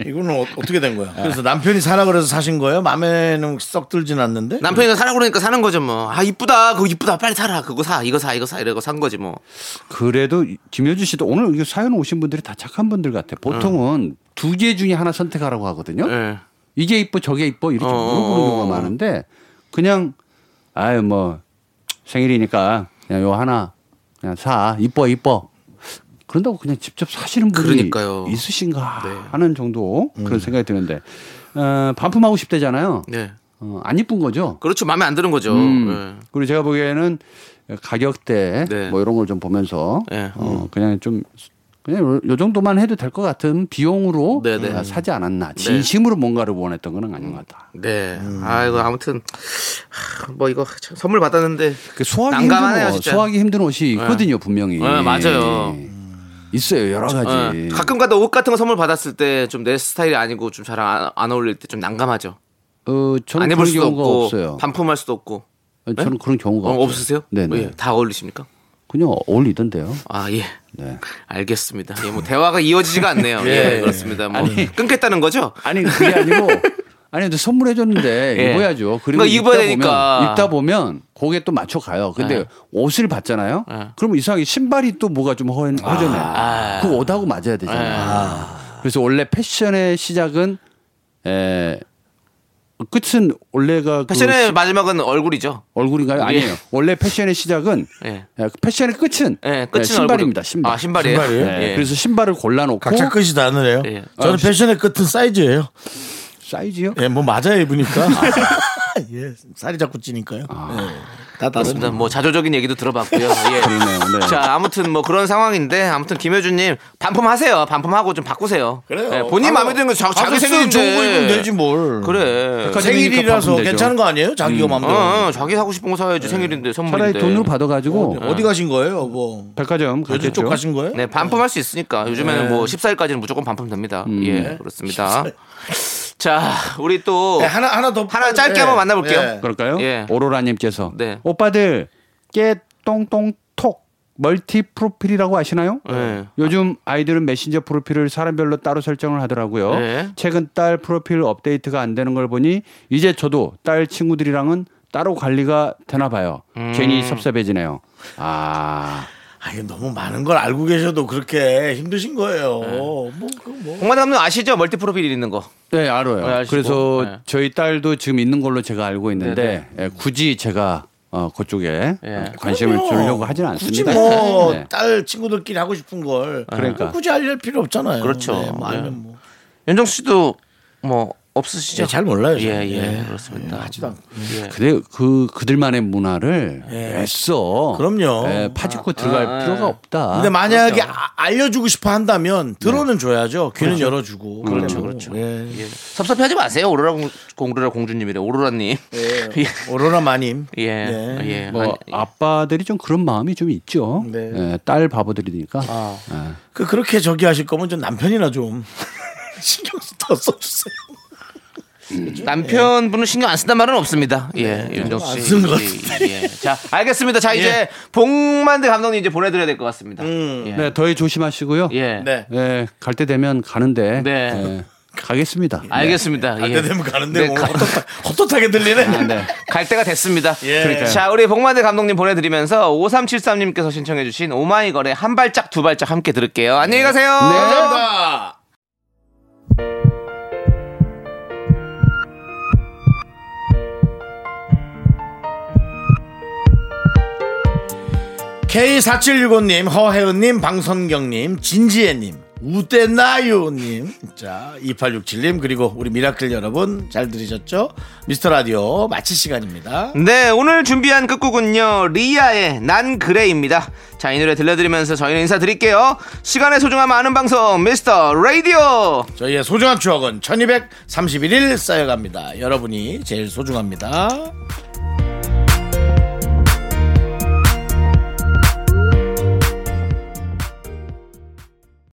이거는 어, 떻게된 거야? 그래서 남편이 사라 그래서 사신 거예요? 마음에는 썩 들진 않는데?
남편이가 사라 그러니까 사는 거죠 뭐. 아 이쁘다, 그거 이쁘다, 빨리 사라, 그거 사, 이거 사, 이거 사 이러고 산 거지 뭐.
그래도 김효주 씨도 오늘 이거 사연 오신 분들이 다 착한 분들 같아. 보통은 두 개 중에 하나 선택하라고 하거든요.
예.
이게 이뻐 저게 이뻐 이렇게 물어보는 경우가 많은데 그냥 아유 뭐 생일이니까 그냥 요 하나 그냥 사 이뻐 이뻐 그런다고 그냥 직접 사시는 분이
그러니까요.
있으신가
네. 음.
하는 정도 그런 생각이 드는데 어, 반품하고 싶대잖아요.
네.
어, 안 이쁜 거죠.
그렇죠. 마음에 안 드는 거죠. 예.
음. 그리고 제가 보기에는 가격대
네.
뭐 이런 걸 좀 보면서
네.
어, 그냥 좀 그냥 요- 요 정도만 해도 될 것 같은 비용으로
네, 네.
어, 사지 않았나 진심으로 뭔가를 원했던 건 아닌 것 같다.
예. 네.
음.
아이고 아무튼 하, 뭐 이거 참 선물 받았는데
그 소화기
난감하네요,
힘든 옷,
진짜.
소화기 힘든 옷이 있거든요 분명히. 음.
네, 맞아요.
있어요 여러
예.
가지.
가끔 가다 옷 같은 거 선물 받았을 때 좀 내 스타일이 아니고 좀 잘 안 어울릴 때 좀 난감하죠.
어, 저는
안
그런
해볼 수도
경우가
없고
없어요.
반품할 수도 없고.
어, 저는 그런 경우가
어,
없어요.
없으세요?
네네.
예, 다 어울리십니까?
그냥 어울리던데요.
아 예.
네.
알겠습니다. 예, 뭐 대화가 이어지지가
[laughs]
않네요. 예, 그렇습니다. 뭐
아니.
끊겠다는 거죠?
아니 그게 아니고 아니 근데 선물해 줬는데
[laughs] 예.
입어야죠. 그리고
그러니까 입어야
입다
되니까.
보면 입다 보면 거기에 또 맞춰 가요. 근데 옷을 봤잖아요.
예.
그럼 이상하게 신발이 또 뭐가 좀 허연 허전해.
아. 예.
그 옷하고 맞아야 되잖아요. 그래서 원래 패션의 시작은 에 끝은 원래가 그
패션의
시-
마지막은 얼굴이죠.
얼굴인가요? 아니에요.
예.
원래 패션의 시작은
예.
예, 패션의 끝은
예,
예,
끝은
신발입니다.
얼굴.
신발.
아, 신발이에요.
신발이에요?
예,
예.
그래서 신발을 골라놓고
각자 끝이 다르네요.
예.
저는 패션의 끝은 사이즈예요.
사이즈요?
예, 뭐 맞아요 입으니까. [laughs] 예, 살이 자꾸 찌니까요. 예, 다
맞습니다.
다릅니다.
뭐 자조적인 얘기도
[laughs]
들어봤고요. 예.
그러네요. 네.
자, 아무튼 뭐 그런 상황인데 아무튼 김효준님 반품하세요. 반품하고 좀 바꾸세요.
그래요.
예, 본인 마음에 드는 거 자, 자기 생일인데.
좋은 거 입으면 되지 뭘.
그래.
백화점-
생일이라서
되니까
괜찮은 거 아니에요? 자기가
어,
마음대로. 네.
어, 자기 사고 싶은 거 사야지 생일인데
차라리
선물인데.
돈으로 받아가지고
어디 가신 거예요? 뭐
백화점
요즘 쪽
가겠죠.
가신 거예요?
네, 반품할 수 있으니까 요즘에는 뭐 14일까지는 무조건 반품됩니다. 예, 그렇습니다. 자, 우리 또
네, 하나 하나 더
하나 짧게 한번 만나볼게요.
그럴까요?
예.
오로라님께서
네.
오빠들 깨똥똥톡 멀티 프로필이라고 아시나요?
예.
요즘 아이들은 메신저 프로필을 사람별로 따로 설정을 하더라고요.
네.
최근 딸 프로필 업데이트가 안 되는 걸 보니 이제 저도 딸 친구들이랑은 따로 관리가 되나 봐요.
음.
괜히 섭섭해지네요. 아,
아니 너무 많은 걸 알고 계셔도 그렇게 힘드신 거예요. 뭐, 그 뭐.
공감하면 아시죠? 멀티 프로필 있는 거.
네 알아요.
네, 아시고.
그래서
네.
저희 딸도 지금 있는 걸로 제가 알고 있는데 예, 굳이 제가 어, 그쪽에
예.
관심을
그럼요.
주려고 하진
굳이
않습니다.
뭐
네.
딸 친구들끼리 하고 싶은 걸
그러니까.
굳이 알릴 필요 없잖아요.
그렇죠.
네, 뭐
네.
알면 뭐.
윤정수 씨도 뭐 없으시죠?
네, 잘 몰라요.
예,
저는.
예, 그렇습니다. 예.
하지도 않고.
근데 그 그들만의 문화를 애써
그럼요.
예, 파집고
아,
들어갈
예.
필요가 없다.
근데 만약에 아- 알려주고 싶어 한다면 들어는 줘야죠. 귀는 열어주고.
그렇죠, 그렇죠. 예. 섭섭해하지 마세요, 오로라 공, 오로라 공주님이래, 오로라님. 예,
오로라 마님.
[laughs] 예,
네.
예.
뭐 아빠들이 좀 그런 마음이 좀 있죠.
네.
예, 딸 바보들이니까.
아.
그 그렇게 저기 하실 거면 좀 남편이나 좀 신경 더 써주세요.
남편분은 신경 안 쓴단 말은 없습니다. 예, 윤정수
안
씨.
쓰는 것
예, 예. 자, 알겠습니다. 자, 이제 봉만대 감독님 이제 보내드려야 될 것 같습니다. 예.
네, 더위 조심하시고요.
예.
네.
갈 때 되면 가는데
네. 아,
예, 가겠습니다.
알겠습니다.
갈
예.
때 되면 가는데
네,
뭐
가-
헛헛하- 헛헛하게 아, 들리네.
[laughs] 갈 때가 됐습니다.
예. 그러니까요.
자, 우리 복만대 감독님 보내드리면서 5373님께서 신청해주신 오마이걸의 한 발짝 두 발짝 함께 들을게요. 안녕히
네.
가세요.
감사합니다. K4765님, 허혜은님, 방선경님, 진지혜님, 우대나요님, 자, 2867님, 그리고 우리 미라클 여러분, 잘 들으셨죠? 미스터 라디오 마칠 시간입니다.
네, 오늘 준비한 끝곡은요. 리아의 난 그래입니다. 자, 이 노래 들려드리면서 저희는 인사드릴게요. 시간의 소중함 아는 방송, 미스터 라디오!
저희의 소중한 추억은 1231일 쌓여갑니다. 여러분이 제일 소중합니다.